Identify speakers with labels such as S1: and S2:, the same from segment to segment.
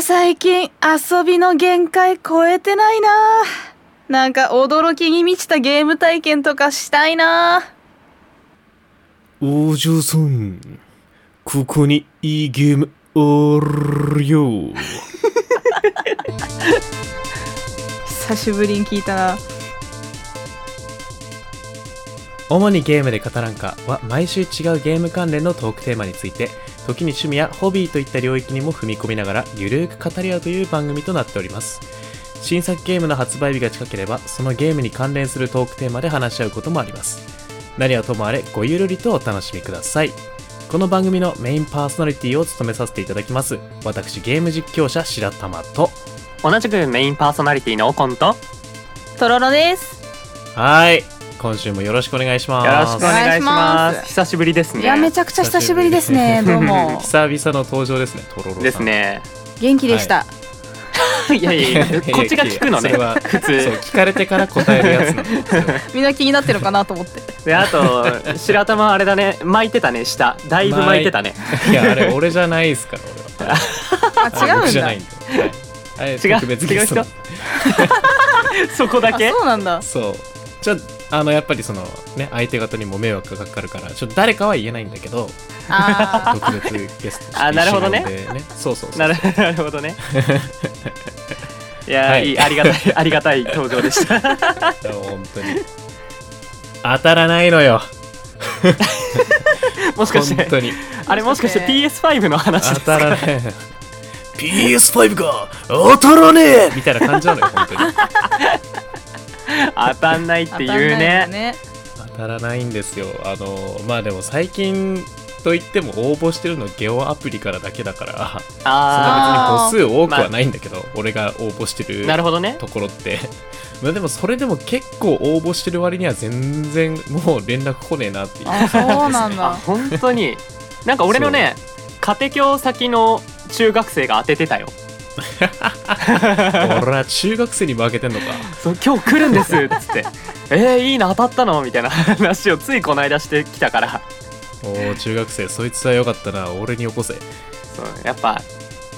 S1: 最近遊びの限界超えてないななんか驚きに満ちたゲーム体験とかしたいな
S2: お嬢さん、ここにいいゲームあるよ。
S1: 久しぶりに聞いたな
S3: 主にゲームで語らんかは毎週違うゲーム関連のトークテーマについて時に趣味やホビーといった領域にも踏み込みながらゆるーく語り合うという番組となっております新作ゲームの発売日が近ければそのゲームに関連するトークテーマで話し合うこともあります何はともあれごゆるりとお楽しみくださいこの番組のメインパーソナリティを務めさせていただきます私ゲーム実況者白玉と
S4: 同じくメインパーソナリティのコンとよ
S1: とろろです、
S3: はい今週もよろしくお願いします
S4: ろしくお願いしま
S1: お願いします
S4: す久しぶりですね
S1: いやめちゃくちゃ久しぶりですねどうも
S3: 久々の登場ですねとろろさん
S4: で すね
S1: 元気でした、
S4: いやい やいやこっちが聞くの
S3: それ
S4: ね
S3: は
S4: 普
S3: そう
S4: 通
S3: 聞かれてから答えるやつ なの
S1: みんな気になってるかなと思って
S4: であと白玉あれだね巻いてたね下だいぶ巻いてたね
S3: いやあれ俺じゃないですから俺は
S1: あ違
S3: あれ
S1: う
S3: 僕
S1: ん
S3: じゃ
S1: だ
S3: ないんだよ、はい、あれ
S4: 違う
S3: 特別ゲスト
S4: 違うそこだ
S1: あ
S4: け
S1: そうなん だ
S3: そうちょあのやっぱりそのね相手方にも迷惑がかかるからちょっと誰かは言えないんだけど
S1: あ
S3: 特別ゲストとして
S4: あなるほどね
S3: 一緒に呼んでそうそうそう
S4: なる なるほどねいや、
S3: はい
S4: い、いありがたいあり がたい登場でした
S3: 本当に当たらないのよ
S4: もしかし
S3: 本当
S4: て
S3: に
S4: あれもしかして PS5 の話で
S3: 当
S4: す
S3: た
S4: か
S3: らないのよ
S2: PS5 が当たらねえ
S3: みたいな感じなのよ本当に
S4: 当たんないっ
S1: ー
S4: ていう
S1: 当たん
S4: ね
S1: ないよね
S3: 当たらないんですよあのまあでも最近といっても応募してるのゲオアプリからだけだから
S4: あ
S1: あー
S3: そんな別に個数多くはないんだけど、俺が応募して
S4: あ
S3: る
S4: なるほどね
S3: ところってまあでもそれでも結構応募してる割には全然もう連絡来ねえなっていう
S1: あそうなん
S4: あ
S1: だ
S4: 本当 になんか俺のね家庭教先の中学生が当ててたよ
S3: 俺は中学生に負けてんのか
S4: そう今日来るんですっつって 「えー、いいな当たったの?」みたいな 話をついこの間してきたから
S3: おお中学生そいつは良かったな俺に起 こせ
S4: そうやっぱ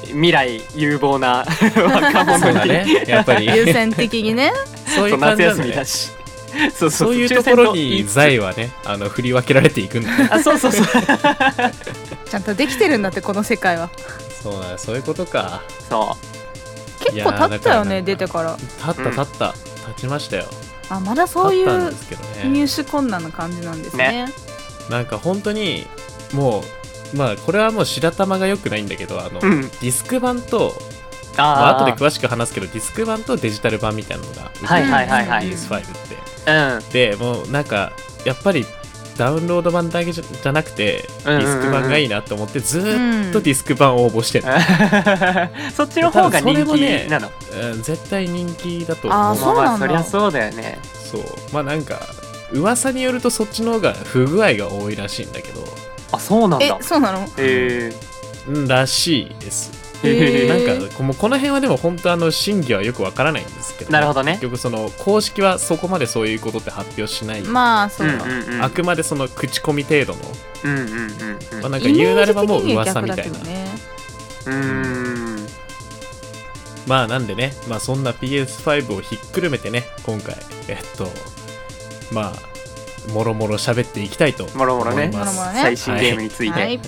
S4: 未来有望な 若
S3: そう
S4: 者に
S3: だねやっぱり
S1: 優先的にね
S3: そうい
S4: そう
S3: う感
S4: 夏
S3: じなん
S4: 休
S3: だ
S4: みだ
S3: ね
S4: しそうそう
S3: そういうと
S4: 抽
S3: こ
S4: 選
S3: ろ
S4: 言い
S3: に
S4: つつ
S3: 財はねあの振り分けられていくんだね
S4: あそうそうそう
S1: ちゃんとできてるんだってこの世界は
S3: そうだねそういうことか
S4: そう
S1: 結構経ったよね
S3: いやーだからなんか
S1: 出てから
S3: 立った
S4: うん
S3: 立った、立ちましたよ
S1: あまだそうい
S3: 立ったん
S1: う
S3: ですけどね
S1: 入手困難な感じなんですね
S3: なんか本当にもうまあこれはもう白玉が良くないんだけどあの、
S4: うん
S3: ディスク版とまあ
S4: あ
S3: 後で
S4: ー
S3: 詳しく話すけどディスク版とデジタル版みたいなのが
S4: はいはいはいはい
S3: PS5 って、
S4: うん
S3: でもうなんかやっぱりダウンロード版だけじゃじゃなくてデ
S4: うんうんうんう
S3: ィ
S4: ん
S3: スク版がいいなと思ってずーっと
S1: うん
S3: ディスク版応募してる、
S4: そっちの方が人
S3: 多分それもね
S4: 気なの、
S3: うん絶対人気だと
S1: あー
S3: 思
S1: そうう
S4: ま
S1: な
S4: あ
S1: ん
S4: そ
S1: だ
S4: りゃそうだよね
S3: そうまあなんか噂によるとそっちの方が不具合が多いらしいんだけど
S4: あそうなん
S1: え
S4: だ
S1: そうなの
S4: え
S3: うんらしいです
S1: へ
S3: な
S1: ー
S3: んかこもうこの辺はでも本当あの真偽はよくわからないんですけど
S4: なるほどね
S3: 結局その公式はそこまでそういうことって発表しない、
S1: まあそううんだ、
S4: うんうん
S3: あくまでその口コミ程度の、
S4: うんうんうんうん
S3: まあ、なんか
S1: イメ
S3: 言うな
S1: ー
S3: れ
S1: ジ
S3: ば
S1: 的
S3: もう
S1: には
S3: 噂
S1: 逆だ
S3: みた
S1: け
S3: い
S1: ど
S3: な、
S1: ね
S4: うーん
S3: まあなんでね、まあ、そんな PS5 をひっくるめてね今回えっとまあもろもろ喋っていきたいと思います
S4: もろもろね
S1: もろもろね
S4: 最新ゲームについて、
S1: はい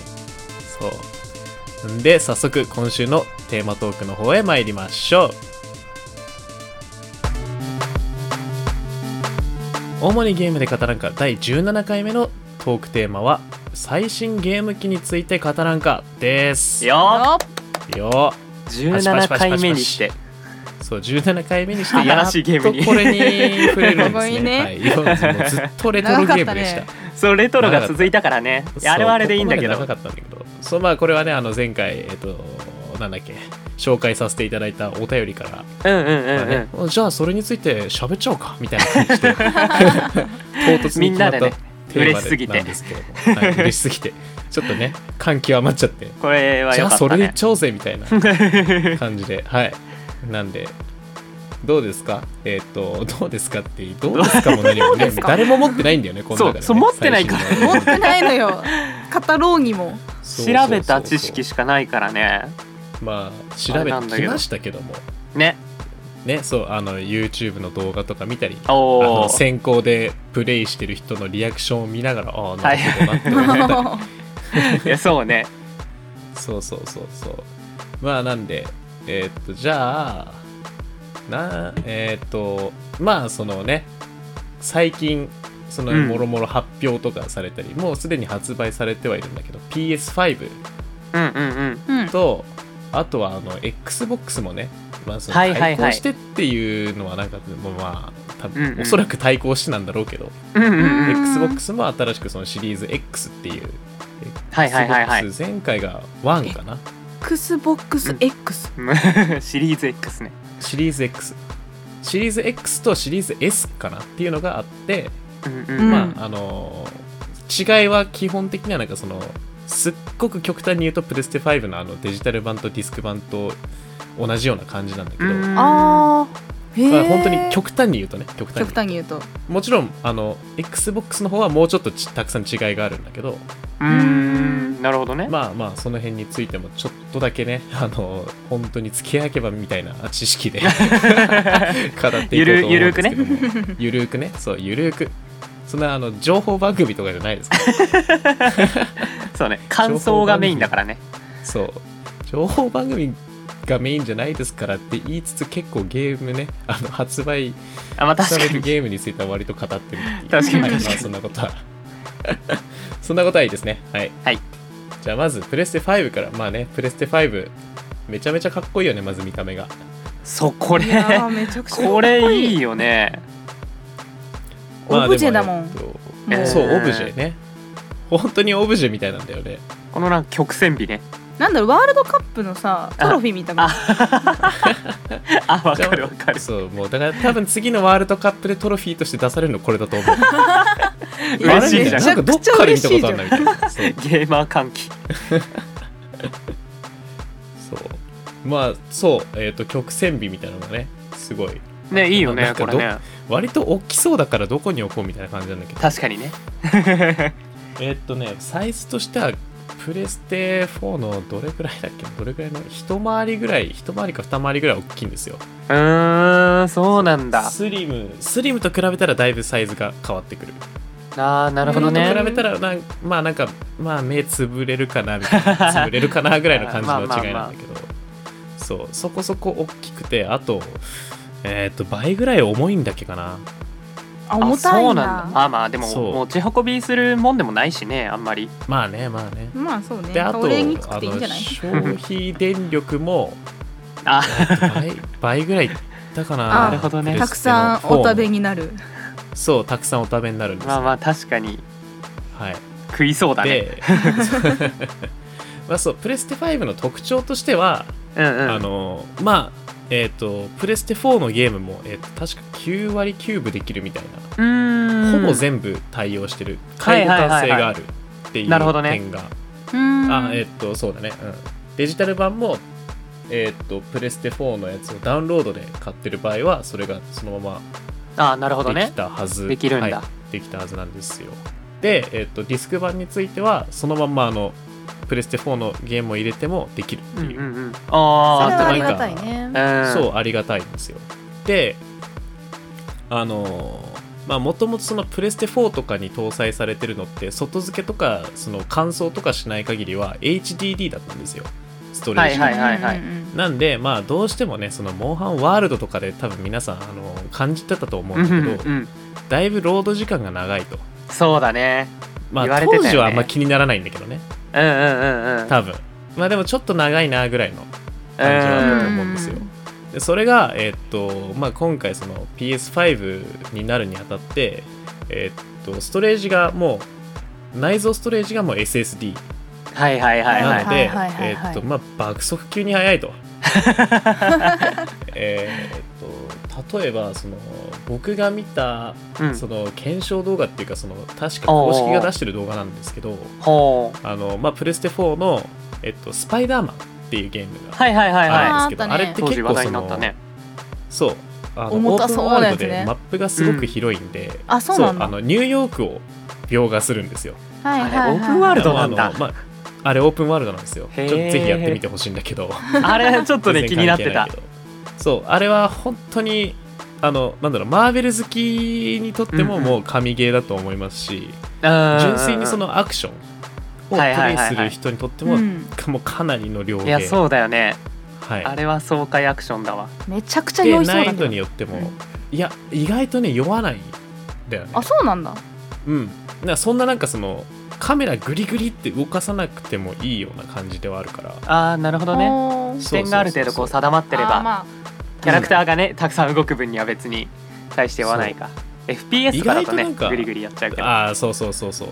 S3: そうなんで早速今週のテーマトークの方へ参りましょう主にゲームで語らんか第17回目のトークテーマは最新ゲーム機について語らんかですよ
S4: よ
S1: よ
S3: よ
S4: 17回目にして
S3: そう17回目にしてや
S4: 新
S3: っ
S4: しいゲームに
S3: とこれに触れるんですね
S1: す
S3: はい、もうずっとレトロゲームでし
S1: 長
S3: た
S1: かった
S4: そうレトロが続いたからねいやあれはあれでいいんだけど
S3: そうここまで長かったんだけどそうまあこれはねあの前回えっとなんだっけ紹介させていただいたお便りから、
S4: うんうんうん
S3: ま
S4: う
S3: あ
S4: ん、
S3: ねじゃあそれについて喋っちゃおうかみたいな感 じで唐突に決まった
S4: みんなでね
S3: テーマ
S4: 嬉しすぎて
S3: なんですけれども、はい、嬉しすぎてちょっとね感極まっちゃって
S4: これは
S3: じゃ
S4: よ
S3: あ
S4: かっ
S3: そ
S4: た
S3: れでい
S4: ね
S3: っちゃおうぜみたいな感じ ではいなんでどうですかえっ、とどうですかってどうですかも何もね
S1: すか
S3: 誰も持ってないんだよねこの中で、ね、
S4: そうそう持ってないから
S3: 最新の
S1: 持ってないのよ語ろうにも
S3: そうそうそう
S4: 調
S3: そう
S4: べた知識しかないからね
S3: まあ調べ
S4: あれなん
S3: て
S4: だ
S3: き
S4: けど
S3: ましたけども
S4: ね
S3: ねそうあの YouTube の動画とか見たりあ
S4: お
S3: の
S4: お
S3: 先行でプレイしてる人のリアクションを見ながらああなるほどなって思ったり、
S4: いやそうね
S3: そうそうそうそうまあなんでえーっとじゃあなえーっとまあそのね最近その
S4: うん
S3: もろもろ発表とかされたり、もうすでに発売されてはいるんだけど PS5
S4: うんうんうん
S1: うん
S3: とあとはあの XBOX もね、まあ、その
S4: はいはいは
S3: 対
S4: い
S3: 抗してっていうのはなんか、もうまあ多分、
S4: うんうん
S3: おそらく対抗してなんだろうけど、
S4: うんうんうん
S3: XBOX も新しくそのシリーズ X っていう、
S4: はいはいはいはい
S3: XBOX 前回が1かな
S1: XBOX X
S4: シリーズ X ね
S3: シリーズ X シリーズ X とシリーズ S かなっていうのがあって、
S4: うんう
S1: うん
S4: ん
S3: まああのー違いは基本的にはなんかそのすっごく極端に言うとプレステ5のあのデジタル版とディスク版と同じような感じなんだけど、
S4: うん
S1: あーへ
S3: ま
S1: え
S3: あ本当に極端に言うとね極端に
S1: 極端に言う と
S3: もちろんあの XBOX の方はもうちょっとちたくさん違いがあるんだけど
S4: うーんなるほどね
S3: まあまあその辺についてもちょっとだけね あの本当に付き合けばみたいな知 識で語っていこうと思うんですけども
S1: ゆるゆるくね
S3: ゆるくねそうゆるくそんなあの情報番組とかじゃな いですから
S4: そうね感想がメインだからね
S3: そう情報番組がメインじゃないですからって言いつつ結構ゲームねあの発売
S4: あまあ確
S3: さ
S4: か
S3: れる
S4: に
S3: ゲームについては割と語ってるっていう
S4: 確かに
S3: はいまあ
S4: 確かに
S3: そんなことは そんなことはいいですねはい、
S4: はい
S3: じゃあまずプレステ5からまあねプレステ5めちゃめちゃかっこいいよねまず見た目が
S4: そうこ
S1: いやーめ
S4: れ
S1: ちゃくちゃかっ
S4: こ
S1: こ
S4: れ
S1: いい
S4: いいよね
S1: オブジェだもん
S3: まあでも
S1: も
S3: えっ
S1: う
S3: とそう
S4: えー
S3: オブジェね本当にオブジェみたいなんだよね
S4: このなんか曲 線美ね
S1: なんだろうワールドカップのさトロフィーみたいな
S4: あわかるわかる
S3: そうもうだから多分次のワールドカップでトロフィーとして出されるのこれだと思う
S4: 嬉しいじゃん
S3: あれなんかどっかで見たことあるなみたいなそう
S4: ゲーマー歓喜
S3: そうまあそうえっ、と曲線美みたいなのがねすごい
S4: ねいいよ
S3: な
S4: ね
S3: んか
S4: これね
S3: 割と大きそうだからどこに置こうみたいな感じなんだけど
S4: 確かにね
S3: えっとねサイズとしてはプレステ4のどれぐらいだっけどれぐらいの一回りぐらい一回りか二回りぐらい大きいんですよ
S4: うーんそうなんだ
S3: スリムスリムと比べたらだいぶサイズが変わってくる
S4: あーなるほど
S3: 比
S4: ね
S3: べたらなんまあなんかまあ目つぶれるかなみたいな 潰れるかなぐらいの感じの違いなんだけど、そうそこそこ大きくてあとえっ、と倍ぐらい重いんだっけかな
S1: あ
S4: あ
S1: 重たい
S4: そ
S1: ん
S4: う
S1: だ
S4: なんだあまあでも
S3: そう
S4: 持ち運びするもんでもないしねあんまり
S3: まあねまあね
S1: まあそうね
S3: であと
S1: 倒れにくく
S3: あ
S1: ていいんじ
S3: の
S1: ゃない
S3: 消費電 力も
S4: あ
S3: 倍倍ぐらいいったかな
S1: あなる
S4: ほどね
S1: たくさんお食べ
S3: に
S1: になる
S3: そうたくさんお食べになるんです、
S4: まあまあ確かに
S3: はい
S4: 食いそうだね
S3: で まあそうプレステ5の特徴としては、
S4: うんうん
S3: あのまあえっ、とプレステ4のゲームも、えーと確か9割9分できるみたいう
S4: ー
S3: な、
S4: ん
S3: ほぼ全部対応してる
S4: は
S3: 介
S4: い
S3: 護
S4: はい
S3: 感
S4: はいは
S3: 性
S4: い
S3: があるっていう点が、
S4: なるほどね
S1: うーん
S3: あえっ、とそうだね、うん、デジタル版もえっ、とプレステ4のやつをダウンロードで買ってる場合はそれがそのま
S4: あーなるほど
S3: までき
S4: ね
S3: たはず、
S4: できるんだ
S3: はいできたはずなんですよで、えっとディスク版についてはそのまんまあのプレステ4のゲームを入れてもできるって
S4: うん
S3: いう、
S4: うんうん
S1: それは
S4: あ
S1: ありがたいね
S4: あ
S3: そうありがたいんですよであのーまあもともとそのプレステ4とかに搭載されてるのって外付けとかその乾燥とかしない限りは HDD だったんですよストレージが、
S4: はいはいはい
S1: うんうんうん
S3: なんでまあどうしてもねそのモンハンワールドとかで多分皆さんあの感じてたと思うんだけど、
S4: うん
S3: だいぶロード時間が長いと
S4: そうだね
S3: まあ
S4: 言われてたよ
S3: 当
S4: ね
S3: 時はあんま気にならないんだけどね
S4: うんうんうんうん
S3: 多分まあでもちょっと長いなぐらいの感じはあったと思うんですよでそれがえーっとまあ今回その PS5 になるにあたってえーっとストレージがもう内蔵ストレージがもう SSD
S4: はいはいはいは
S3: ないので
S1: はいはいはいはい
S3: えーっとまあ爆速級に 速いとえーっと例えばその僕が見た
S4: うん
S3: その検証動画っていうかその確か公式が出してる動画なんですけど
S4: ほう
S3: あの、まあ、プレステ4の、えっと、スパイダーマンっていうゲームが
S4: はいはいはい
S3: あるん
S4: は
S3: ですけど、
S1: あーあ
S3: あ
S1: ったね
S3: れっ
S4: い
S3: て
S4: 当時
S3: 結
S4: 話
S3: 構
S4: 題
S3: そ
S4: になった
S3: の、
S4: ね
S3: そうあの
S1: 重たそうなや
S3: オー
S1: つ
S3: プ
S1: ね
S3: ンワールドでマップがすごく広いんで、
S1: あそうなん
S3: あ
S1: だ
S3: のニューヨークを描画するんですよ。
S1: はいはいはい
S4: あれオープンワールド
S3: あ
S4: なん
S3: の
S4: だ
S3: あのまああれオープンワールドなんですよちょ
S4: へー
S3: っとぜひやってみてほしいんだけど
S4: あれちょっとね気になってた
S3: 全然関係ないけどそうあれは本当にあのなんだろうマーベル好きにとっても
S4: うんうん
S3: もう神ゲーだと思いますし、純
S4: 純
S3: 粋にそのアクションをプ
S4: はいは
S3: レ
S4: い
S3: イ
S4: はいはい
S3: する人にとって
S1: う
S3: も
S1: ん、
S3: もうかなりの量
S4: いや
S3: で、
S4: そうだよね
S3: はい、
S4: あれは爽快アクションだわ
S1: めちゃくちゃ
S3: で
S1: 良いそうだ
S3: 難
S1: け
S3: 易度
S1: ど
S3: によっても、
S1: うん
S3: いや意外とね酔わないんだよね
S1: あそうなんだ
S3: うんだからそんななんかそのカメラグリグリって動かさなくてもいいような感じではあるから
S4: あーなるほどね
S1: おー
S3: そう
S4: 視点がある程度こう定まってれ
S1: あー
S4: ば
S1: まあ
S4: キャラクターがねたくさん動く分には別に大してはないか FPS とかだと
S3: 意外とな
S4: ね
S3: んか
S4: グリグリやっちゃうけど
S3: ああそうそうそうそう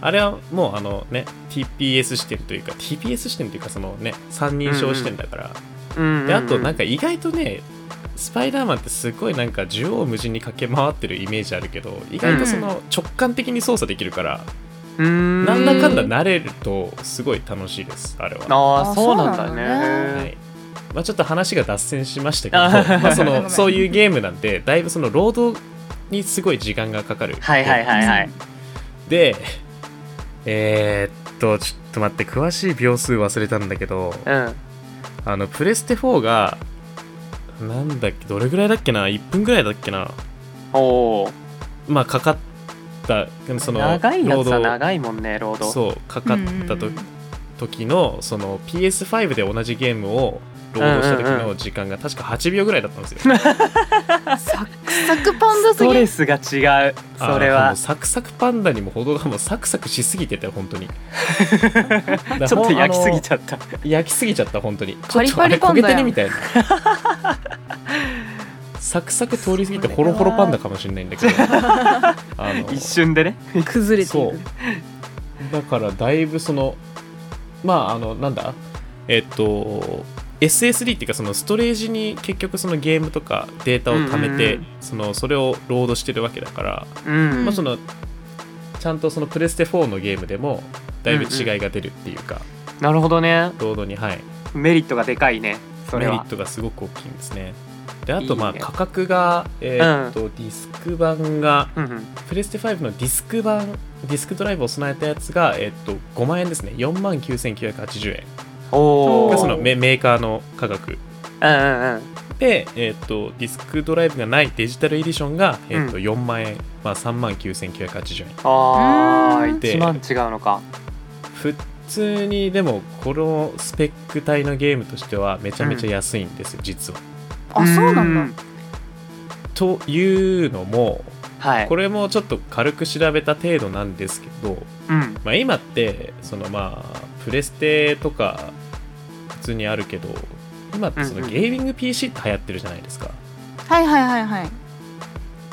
S3: あれはもうあのね TPS 視点というか TPS 視点というかそのね三人称視点だから、
S4: うん
S3: であとなん
S4: か
S3: か意外とねスパイダーマンってすごいなんか縦横無尽に駆け回ってるイメージあるけど意外とその直感的に操作できるから、
S4: うん
S3: なんだかんだ慣れるとすごい楽しいですあれは。
S4: ああそうなん
S1: あ
S4: だ
S1: そうなん
S3: は
S4: ね
S3: いまあ、ちょっと話が脱線しましたけど、
S4: あ
S3: まあ、
S1: ご
S3: そ
S1: めんご
S3: の
S1: めん
S3: そういうゲームなんでだいぶその労働にすごい時間がかかる。
S4: はいはいはいはい
S3: でえーっとちょっと待って詳しい秒数忘れたんだけど
S4: うん
S3: あのプレステ4がなんだっけどれぐらいだっけな1分ぐらいだっけな
S4: おお
S3: まあかかったその
S4: 長いやつは
S3: 労働
S4: 長いもんね労働
S3: そうかかったと、
S1: うんうん
S3: 時のその PS5 で同じゲームをロードした時
S4: うんうんう
S3: の時間が確か8秒ぐらいだったんですよ。
S1: うんサクサクパンダ
S4: ス
S1: す
S4: ト
S1: ぎ
S4: レスが違う それ
S3: あーも
S4: は
S3: うサクサクパンダにも程がもうサクサクしすぎてて本当 にちょ
S4: ちょっと焼きすぎちゃった
S3: 焼きすぎちゃった本当に
S1: パリパリパン
S3: ちょっとあれ焦げ
S1: ダ
S3: て
S1: やん
S3: るみたいな サクサク通り過ぎてホロホロパンダかもしれないんだけ どあの
S4: 一瞬でね
S1: 崩れてい
S3: そう
S1: く
S3: だからだいぶそのまああのなんだえっと SSD っていうかそのストレージに結局そのゲームとかデータを貯めて、
S4: うんうん
S3: そのそれをロードしてるわけだから、
S4: うん
S3: まあ、そのちゃんとそのプレステ4のゲームでもだいぶ違いが出るっていうか、
S4: なるほどね
S3: ロードにはい
S4: メリットがでかいねそ
S3: メ
S4: れ
S3: リ
S4: は
S3: ットがすごく大きいんですね。であとま
S4: い
S3: あ
S4: いね
S3: 価格がえーっと、ディスク版が
S4: うんうん
S3: プレステ5のディスク版ディスクドライブを備えたやつが、えっと5万円ですね4万9980円
S4: お
S1: ー
S3: が
S4: お
S3: そのメメーカーの価格
S4: うんうんうん
S3: で、えっとディスクドライブがないデジタルエディションが、えっと
S4: う
S3: 4万円、まあ、3万9980円
S4: ああ
S1: うーん
S4: 一万違うのか
S3: 普通にでもこのスペック帯のゲームとしてはめちゃめちゃ安いんですよ、実は。
S1: あそうなんだ
S4: だ
S3: というのも
S4: はい
S3: これもちょっと軽く調べた程度なんですけど、
S4: うん
S3: まあ、今ってそのまあプレステとか普通にあるけど今ってそ
S4: うんう
S3: の
S4: ん
S3: ゲーミング PC って流行ってるじゃないですか。
S1: はいはいはいはい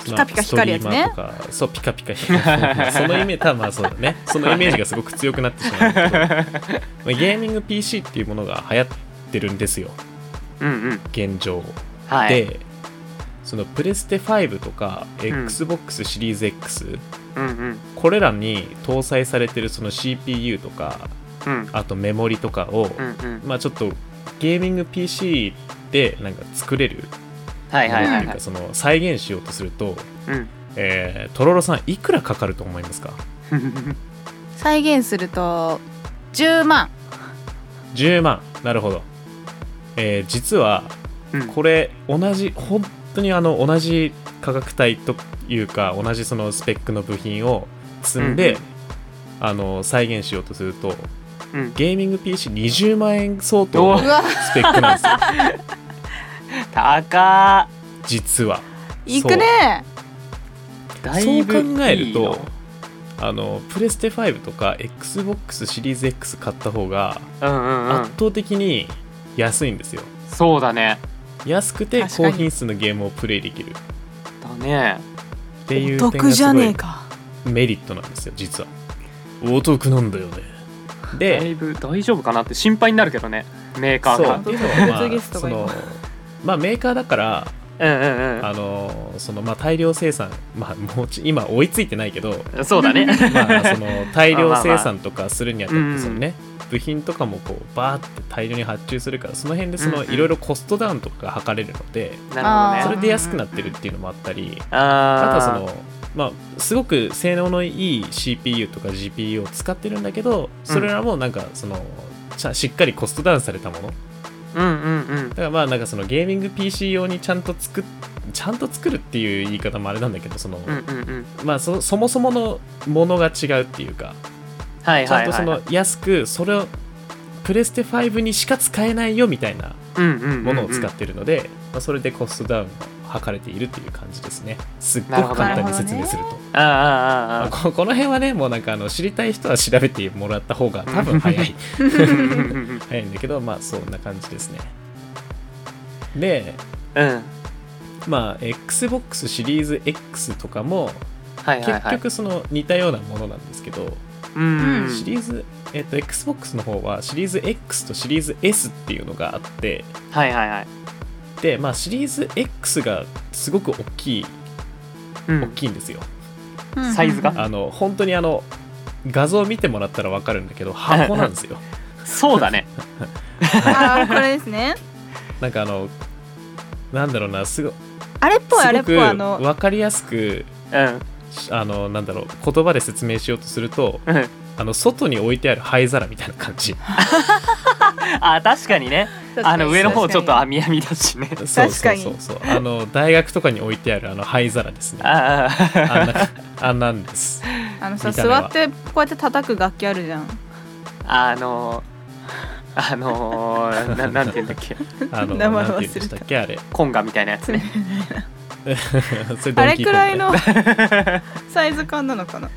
S1: ピカピカ光るやつね
S3: まあストリーマーとかそうピカピカ光るまあそのイメージ多分まあそうだねそのイメージがすごく強くなってしまうけど、まあ、ゲーミング PC っていうものが流行ってるんですよ
S4: うんうん
S3: 現状。
S4: はい
S3: でそのプレステ5とか
S4: ん
S3: XBOX シリーズ X、
S4: うんうん
S3: これらに搭載されてるその CPU とか
S4: うん
S3: あとメモリとかを、
S4: うんうん
S3: まあちょっとゲーミング PC でなんか作れる
S4: はいはいは
S3: と
S4: い
S3: いう
S4: は
S3: か
S4: い
S3: その再現しようとすると、
S4: うん
S3: えーとろろさんいくらかかると思いますか
S1: 再現すると10万
S3: ?10 万なるほど、えー実は
S4: うん
S3: これ同じ本当にあの同じ価格帯というか同じそのスペックの部品を積んで、
S4: うん
S3: あの再現しようとすると
S4: うん
S3: ゲーミング PC20 万円相当
S4: お
S3: の
S4: ー
S1: うわ
S3: スペックなんですよ
S4: 高
S3: 実は
S1: 行くね
S4: ーだいぶ
S3: そう考えると
S4: いいの
S3: あのプレステ5とか XBOX シリーズ X 買った方が
S4: うんうんう
S3: 圧
S4: ん
S3: 倒的に安いんですよ、
S4: そうだね
S3: 安くて
S1: 確かに
S3: 高品質のゲームをプレイできるっ
S4: だね
S3: ていう
S1: お
S3: 点
S1: 得
S3: が
S1: じ
S3: す
S1: ゃ
S3: ご
S1: ねえ
S3: い
S1: か
S3: メリットなんですよ実はお得なんだよね
S4: だ
S3: で
S4: いぶ大丈夫かなって心配になるけどねメーカー
S3: そう
S4: が
S3: っていうのはま
S1: 物
S3: あ
S1: 議室と
S3: そ
S1: か
S3: のまあメーカーだから
S4: うんうん
S3: あのそのまあ大量生産まあもうち今追いついてないけど
S4: うんそうだ ね
S3: まあ、その大量生産とかするにあたっ
S4: まあまあ
S3: てそのね部品とかもこうバーって大量に発注するからその辺でそ
S4: うん
S3: の
S4: うん
S3: いろいろコストダウンとかが測れるので
S4: なるほどね
S1: あー
S3: それで安くなってるっていうのもあったり
S4: あ
S3: あと
S4: あ
S3: はそのまあ、すごく性能のいい CPU とか GPU を使ってるんだけどそれらもなんかその、ちゃしっかりコストダウンされたものだ
S4: うんうん
S3: からまあなんかそのゲーミング PC 用にちゃんと作っちゃんと作るっていう言い方もあれなんだけどその、
S4: うんうんうんうん
S3: まあそそもそものものが違うっていうか
S4: はい
S3: ちゃ
S4: は
S3: ん
S4: い
S3: と
S4: は
S3: そ
S4: いは
S3: の
S4: い
S3: 安くそれをプレステ5にしか使えないよみたいな
S4: うんうんうんうん
S3: ものを使ってるので、まあ、それでコストダウンを図れているっていう感じですねすっごく簡単に説明すると
S4: あああああ
S3: まあ
S4: あ
S3: ここの辺はねもうなんかあの知りたい人は調べてもらった方が多分早 い
S4: うんうんうん
S3: 早いんだけどまあそんな感じですねで
S4: うん
S3: まあ XBOX シリーズ X とかも
S4: はいはい
S3: 結
S4: はい
S3: 局その似たようなものなんですけど、
S4: うん
S1: うん
S3: シリーズ、えっと XBOX の方はシリーズ X とシリーズ S っていうのがあって
S4: はいはいはい
S3: でまあシリーズ X がすごく大きい
S4: うん
S3: 大きいんですよ、
S4: サイズが
S3: あの本当にあの画像見てもらったら分かるんだけど箱なんで すよ
S4: そうだね
S1: あーこれですね
S3: なんかあのなんだろうなすご
S1: あれっぽいあれ
S3: す
S1: っ
S3: ご
S1: ぽ
S3: く
S1: いあの
S3: 分かりやすく
S4: うん
S3: しあのなんだろう言葉で説明しようとすると
S4: うん
S3: あの外に置いてある灰皿みたいな感じ
S4: あ確かにねあの上の方ちょっと
S1: あ
S4: 網やみだしね
S3: そうそう
S1: 確か
S3: そう
S1: に
S3: そうあの大学とかに置いてあるあの灰皿ですねあ
S4: あ
S3: ん
S4: あ
S3: なあんなんです
S1: あのさ
S3: 見た目
S1: 座
S3: は
S1: ってこうやって叩く楽器あるじゃん
S4: あのあのななんて言うんだっけ
S3: あの
S1: 名前
S3: なんて言うん
S1: 忘
S3: で
S1: れた
S3: したっけあれ
S4: コンガみたいなやつね
S3: それ ド
S1: あ
S3: ン
S1: れ
S3: キ
S1: く
S3: ーコング
S1: らいの サイズ感なの かな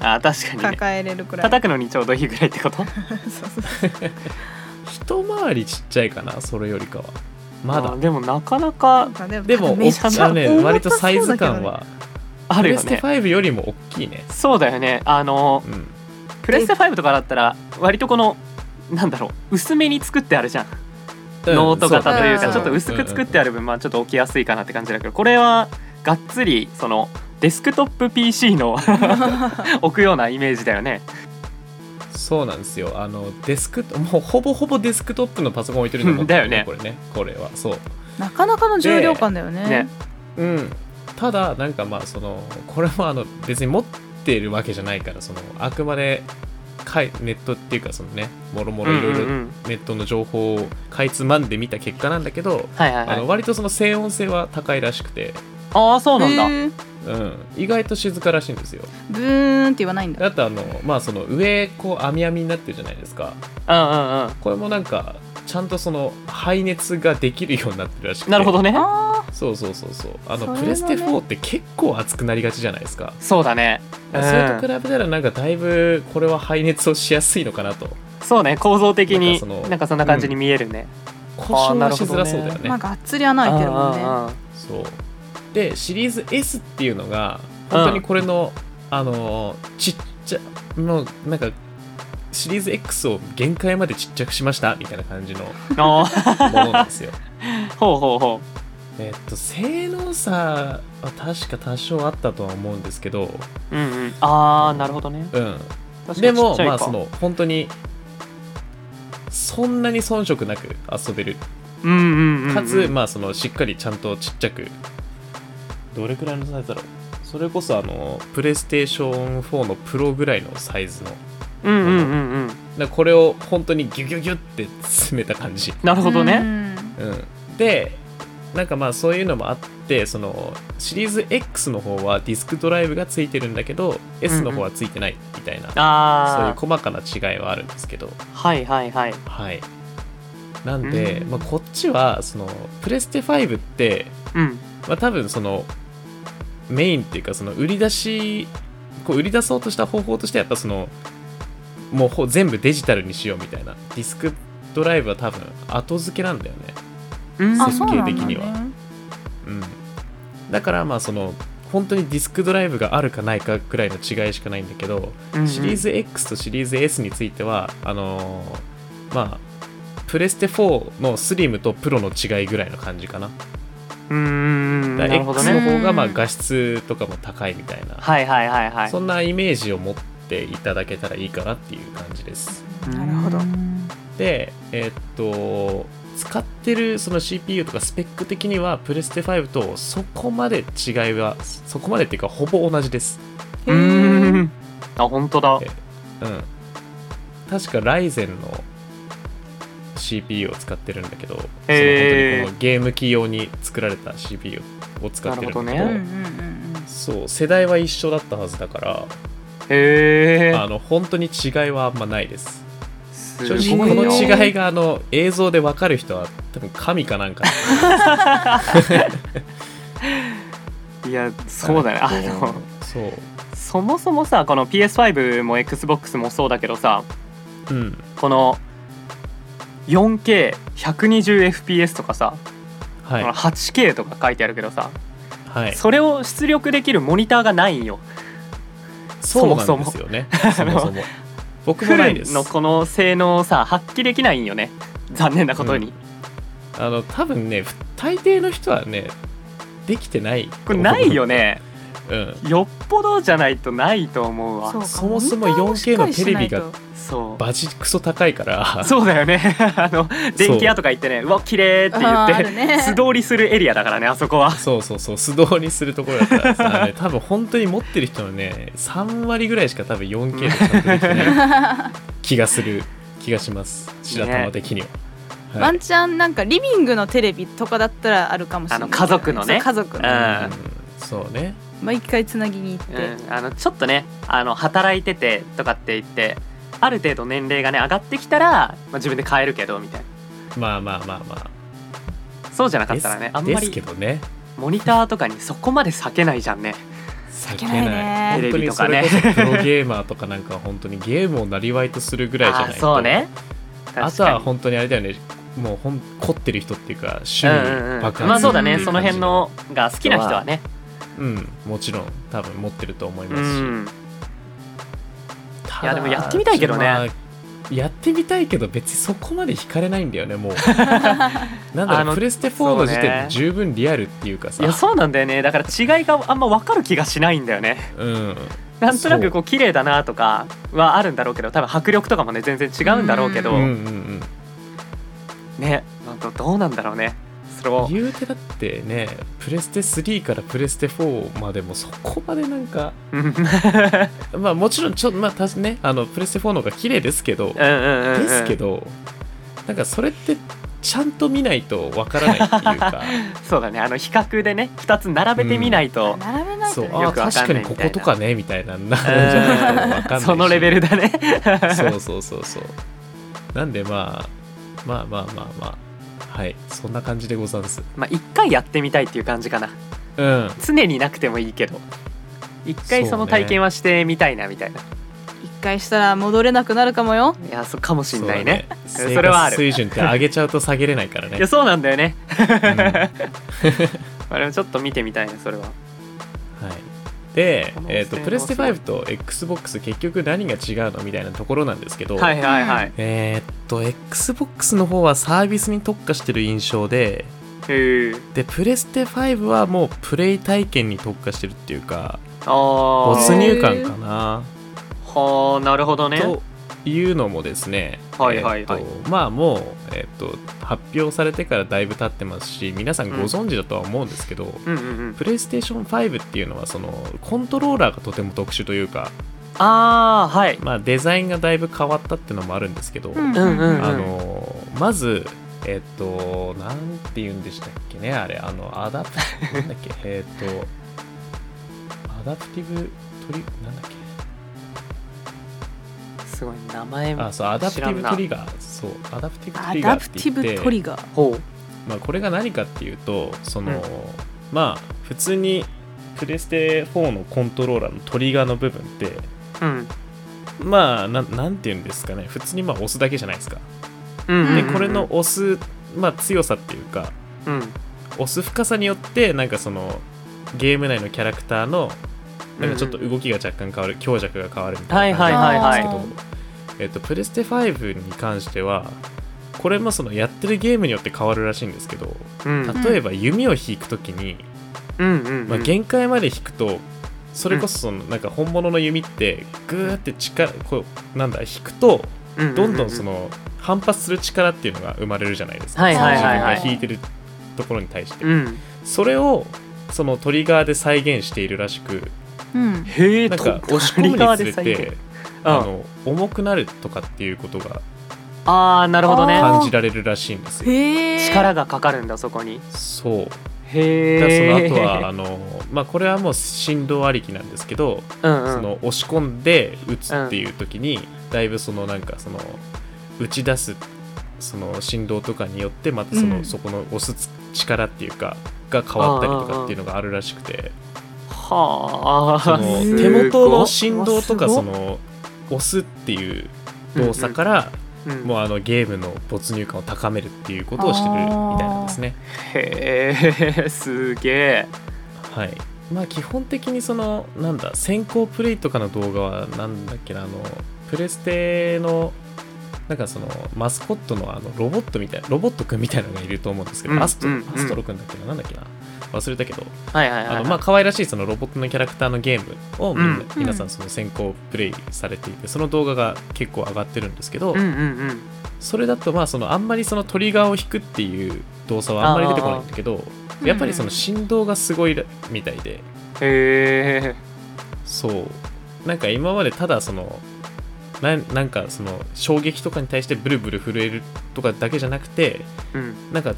S4: あ確かにね
S1: 抱えれるくらい
S4: 叩くのにちょうどいいぐらいってこと
S1: く そうそう
S3: 一回りちっちゃいかなそれよりかはま
S4: あ
S3: だ
S4: でもなかなか
S1: なんかでも
S3: でも
S1: めっちゃ
S3: あのね
S1: 重た
S3: 割とサイズ感
S1: そうだ
S3: は
S4: あ
S3: プ
S4: る
S3: レ
S4: よ
S3: ステ
S4: ね
S3: 5よりも大きいね
S4: そうだよねあの
S3: うん
S4: プレステ5とかだったら割とこのなんだろう薄めに作ってあるじゃんノート型という
S1: そう
S4: かちょっと薄く作ってあ
S3: る
S4: る分まあちょっと置きやすいかなって感じだけどこれはがっつりそのデスクトップ PC の置くようなイメージだよね
S3: そうなんですよあのデスクもうほぼほぼデスクトップのパソコン置いてるんだもん
S4: だよね
S3: これねこれはそう
S1: けどなかなかの重量感だよね
S4: ね
S3: うんただなんかまあそのこれもあの別に持ってるわけじゃないからそのあくまでかいネットっていうかそのねもろもろいろいろ
S4: うんうんうん
S3: ネットの情報をかいつまんでみた結果なんだけど、
S4: はいはいは
S3: あの
S4: い
S3: 割とその静音性は高いらしくて、
S4: ああそうなんだ
S1: へー
S3: うん、意外と静からしいんですよ
S1: ブーンって言わないんだ
S3: あとあのまあその上こう網網になってるじゃないですか
S4: うんうんう
S3: これもなんかちゃんとその排熱ができるようになってるらしくて
S4: んなるほどね
S1: あ
S3: そうそうそうそうあ
S1: それ
S3: の
S1: もね
S3: プレステ4って結構熱くなりがちじゃないですか
S4: そうだねう
S3: それと比
S4: ん
S3: べたらなんかだいぶこれは排熱をしやすいのかなと
S4: そうね構造的
S3: なんか
S4: に
S3: その
S4: なんかそんな感じに見えるね
S3: 故障
S4: な
S3: は
S4: る
S3: し
S4: ほど
S3: づ
S4: ね
S3: らそうだよね
S1: ーまあがっつり穴開いてるもんね
S4: うんうんうん
S3: そうでシリーズ S っていうのが本当にこれの、あのーちっちゃもうなんかシリーズ X を限界までちっちゃくしましたみたいな感じのも
S4: あー
S3: のなん ですよ
S4: ほうほうほ
S3: えっと性能差は確か多少あったとは思うんですけど
S4: ううんうんああなるほどね
S3: うん
S4: 確かに
S3: でも
S4: ちっちゃいか
S3: まあその本当にそんなに遜色なく遊べる
S4: うんうんうんうん
S3: かつ、まあそのしっかりちゃんとちっちゃくどれくらいのサイズだろうそれこそあのプレイステーション4のプロぐらいのサイズのだか
S4: うんうんうんうん
S3: らこれを本当にギュギュギュって詰めた感じ、
S4: なるほど
S3: う
S4: ね
S3: ん、でなんかまあそういうのもあってそのシリーズ X の方はディスクドライブがついてるんだけど S の方はついてないみたいな、そういう
S4: あ
S3: 細かな違いはあるんですけど
S4: あはいはいはい
S3: はいなんで、
S4: うん
S3: まあ、こっちはそのプレステ5って
S4: うん
S3: まあ、多分そのメインっていうかその売り出しこう売り出そうとした方法としてはやっぱそのもうほ全部デジタルにしようみたいなディスクドライブは多分後付けなんだよね、
S4: うん
S1: あそうなんだ、
S3: 設計的には
S1: ね、
S3: うん、だからまあその本当にディスクドライブがあるかないかぐらいの違いしかないんだけど、
S4: うんうん
S3: シリーズ X とシリーズ S についてはあのーまあプレステ4のスリムとプロの違いぐらいの感じかな。
S4: うんうんうん
S3: だ
S4: な
S3: から
S4: るほど
S3: X の
S4: ね
S3: 方がまあ
S1: うん
S3: 画質とかも高いみたいな
S4: はいはいはいはい
S3: そんなイメージを持っていただけたらいいかなっていう感じです。
S1: なるほど
S4: うん
S3: で、えーっと、使ってるその CPU とかスペック的にはプレステ5とそこまで違いはそこまでっていうかほぼ同じです
S4: うー
S1: へー
S4: んあ本当だ
S3: えうん確かライゼンの CPU を使ってるんだけど、
S4: へー
S3: その本当にこのゲーム機用に作られた CPU を使ってるんだけど
S4: な
S1: うん
S4: るほど
S1: うんう
S4: ね
S1: んうん
S3: そう世代は一緒だったはずだから
S4: へえ
S3: あの本当に違いはあんまないです
S4: す
S3: 正
S4: ごい
S3: 直
S4: よ
S3: この違いがあの映像で分かる人は多分神かなんか
S4: いやそうだねあ
S3: こ
S4: の
S3: うそう
S4: そもそもさこの PS5 も XBOX もそうだけどさ
S3: うん
S4: この 4K120fps とかさ、
S3: は
S4: この
S3: い
S4: 8K とか書いてあるけどさ、
S3: はい
S4: それを出力できるモニターがないんよ
S3: そうな
S4: そ
S3: ん
S4: も
S3: で
S4: そ
S3: すよね
S4: あ
S3: そ
S4: の
S3: もそも僕
S4: フ
S3: もないで
S4: ル
S3: す
S4: のこの性能をさ発揮できないんよね残念なことに、
S3: うんあの多分ね大抵の人はねできてない
S4: これないよね
S3: うん
S4: よっぽどじゃないとないと思うわ
S1: うか
S3: そもそも
S1: モニター
S3: 4K の
S1: しっかりしないと
S4: そう
S3: バジクソ高いから
S4: そうだよね あの電気屋とか行ってねうわ綺麗 って言
S1: あーあ
S4: っ
S1: る
S4: て、
S1: ね
S4: 素通りするエリアだからねあそこは
S3: そうそうそう素通りするところだからさ ね多分本当に持ってる人のね3割ぐらいしか多分 4K でちゃんとできてない 気がする気がします白玉的には、
S1: ワ
S3: はい
S1: ンチャンなんかリビングのテレビとかだったらあるかもしれない
S4: あの家族のね
S1: そう家族の
S4: ン
S3: うんそうね
S1: 毎回つなぎに行って、
S4: うん、あのちょっとねあの働いててとかって言ってある程度年齢がね上がってきたら、まあ、自分で買えるけどみたい
S3: まあまあまあま
S4: なそうじゃな
S3: あ
S4: かっ
S3: です
S4: たらねあんま
S3: ですけ
S4: り
S3: どね
S4: モニターとかにそこまで避けないじゃんね
S3: 避
S1: けないね
S3: 本当にそれこそプロゲーマーとかなんかは本当にゲームをなりわいとするぐらいじゃ
S4: あ
S3: な
S4: あ
S3: いと
S4: そうね確かに
S3: あとは本当にあれだよねもうほん凝ってる人っていうか趣
S4: うんうんう
S3: 味
S4: ん
S3: 爆発
S4: まあそうだ
S3: っ
S4: ね
S3: てい
S4: その
S3: 感
S4: 辺
S3: じ
S4: のが好きな人はね
S3: うんもちろん多分持ってると思いうますし、
S4: ん
S3: た
S4: いや
S3: だ
S4: でもやってみたいけどね
S3: まあやってみたいけど別にそこまで惹かれないんだよねも うなんだ
S4: あ
S3: ろ
S4: の
S3: うプレステ4の時点で
S4: そうね
S3: 十分リアルっていうか
S4: い
S3: さ
S4: やそうなんだよねだから違いがあんま分かる気がしないんだよね
S3: うん
S4: なんとなくこう綺麗だなとかはあるんだろうけど多分迫力とかもね全然違うんだろうけど
S3: うんうん
S4: ねなんかどうなんだろうねそれ
S3: う
S4: を
S3: ん言うてだってねプレステ3からプレステ4までもそこまでなんか
S4: うん
S3: まあもちろんちょまあたしねあのプレステ4の方が綺麗ですけど
S4: うんうんうんうん
S3: ですけどなんかそれってちゃんと見ないとわからないっていう か
S4: そうだねあの比較でね2つ並べてみないと、
S1: 並べないと
S3: そう
S1: ね
S3: あ
S4: よ
S3: あ
S4: くわ
S3: 確
S4: かん
S3: か
S4: ない
S3: に
S4: み
S3: こ
S4: たいな
S3: ことかねみたいななるんじゃないとわかんないし
S4: そのレベルだね
S3: そうそうそうそう。なんでまあ、まあまあまあまあ、はい、そんな感じでござんす。
S4: まあ一回やってみたいっていう感じかな
S3: うん。
S4: 常になくてもいいけど一回そ
S3: そう
S4: の
S3: ね
S4: 体験はしてみたいなみたいな、
S1: 一回したら戻れなくなるかもよ
S4: いやそうかもしんないね
S3: そうだね
S4: それはある
S3: 生活水準って上げちゃうと下げれないから ね。
S4: いやそうなんだよね
S3: うんはい。
S4: あれもちょっと見てみたいねそれは
S3: で
S4: 可能、性
S3: えー、と
S4: は
S3: プレステ5と XBOX 結局何が違うのみたいなところなんですけど、
S4: はいはいはい、
S1: う
S3: えーっと XBOX の方はサービスに特化してる印象で
S4: へえ
S3: でプレステ5はもうプレイ体験に特化してるっていうか
S4: ああ
S3: 没入感かな。
S4: はあなるほどね
S3: というのもですね、
S4: はいはいはい
S3: えっとまあもう、えっと発表されてからだいぶ経ってますし皆さんご存知だとは思うんですけど、
S4: うんうんうん
S3: プレイステーション5っていうのはそのコントローラーがとても特殊というか、
S4: ああはい
S3: まあ、デザインがだいぶ変わったっていうのもあるんですけど、
S1: うん
S4: うんうん
S3: あのまずえっとなんて言うんでしたっけねあれあのアダプなんだっけえっとアダプティブトリなんだっけ
S4: すごい名前も
S3: あそうアダプティ
S4: 知らん
S3: ブ
S4: な
S3: トリガーそうアダプティブト
S1: ア
S3: リガー
S1: ダ
S3: っ
S1: プ
S3: て
S1: テ
S3: 言
S1: ィ
S3: って
S1: ブトリガー
S4: ほう
S3: まあ、これが何かっていうとその、
S4: うん
S3: まあ普通にプレステ4のコントローラーのトリガーの部分って
S4: うん
S3: まあななんて言うんですかね普通にまあ押すだけじゃないですか
S4: うんうんうんう
S3: で
S4: ん
S3: これの押す、まあ、強さっていうか
S4: うん
S3: 押す深さによってなんかそのゲーム内のキャラクターのなんかちょっと動きが若干変わる強弱が変わるみたいな感じなん
S4: はいはい
S1: はい
S3: ですけど、えっと、プレステ5に関してはこれもそのやってるゲームによって変わるらしいんですけど
S4: うん
S3: 例えば弓を引くときに、
S4: うんうんうん
S3: まあ、限界まで引くとそれこそそのなんか本物の弓ってグーって力こうなんだ引くとどんどんその反発する力っていうのが生まれるじゃないですか、
S4: はいはい
S1: はいはい
S3: 自分が引いてるところに対して、
S4: うん
S3: それをそのトリガーで再現しているらしく
S1: うん
S4: へえ
S3: なんか押し込むにつれて、
S4: うん、
S3: あ
S4: あ
S3: の重くなるとかっていうことが
S4: あーなるほどね
S1: あー
S3: 感じられるらしいんですよ
S1: へえ
S4: 力がかかるんだそこに
S3: そうだからその
S4: へえ
S3: 後はあの、まあ、これはもう振動ありきなんですけど、
S4: うんうん、
S3: その押し込んで打つっていう時に、だいぶそのなんかその打ち出すその振動とかによってまたその、
S1: うん
S3: そこの押す力っていうかが変わったりとかっていうのがあるらしくて
S4: は
S3: そ
S4: あ
S3: の
S1: すごい
S3: 手元の振動とか
S1: うわ
S3: そ
S1: す
S3: の押すっていう動作から、
S4: うんうん
S3: もうあのゲームの没入感を高めるっていうことをしてるみたいなんですね。
S4: へえすげえ
S3: はいまあ、基本的にそのなんだ先行プレイとかの動画はなんだっけなあのプレステのなんかそのマスコットのあのロボットみたいロボットくんみたいなのがいると思うんですけど、
S4: うん
S3: アスト
S4: うん
S3: アストロくんだっけななんだっけな忘れたけど
S4: はいはいはい、
S3: あのまあ可愛らしいそのロボットのキャラクターのゲームをみんな
S4: うん
S3: 皆さんその先行プレイされていてその動画が結構上がってるんですけど、
S4: うんうんうん
S3: それだとまあそのあんまりそのトリガーを引くっていう動作はあんまり出てこないんだけど
S1: ー
S3: やっぱりその振動がすごいらみたいで
S4: へえ
S3: そうなんか今までただそのななんかその衝撃とかに対してブルブル震えるとかだけじゃなくて
S4: うん
S3: なんか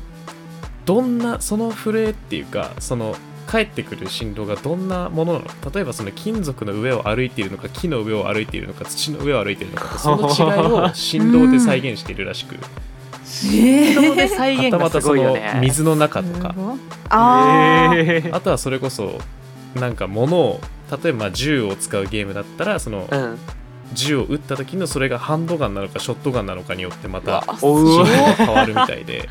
S3: どんなその震えっていうかその帰ってくる振動がどんなものなの例えばその金属の上を歩いているのか木の上を歩いているのか土の上を歩いているの かその違いを振動で再現しているらしく
S1: え
S4: 人で再現
S3: はたま
S4: が
S3: た
S4: す
S3: そ
S4: ごいよ
S3: の
S4: ね
S3: 水の中とか
S1: あー
S4: へえ
S3: あとはそれこそなんか物を例えばまあ銃を使うゲームだったらその
S4: うん
S3: 銃を撃った時のそれがハンドガンなのかショットガンなのかによってまた
S1: うわ
S4: お
S3: 振動
S4: うわ
S3: が変わるみたいで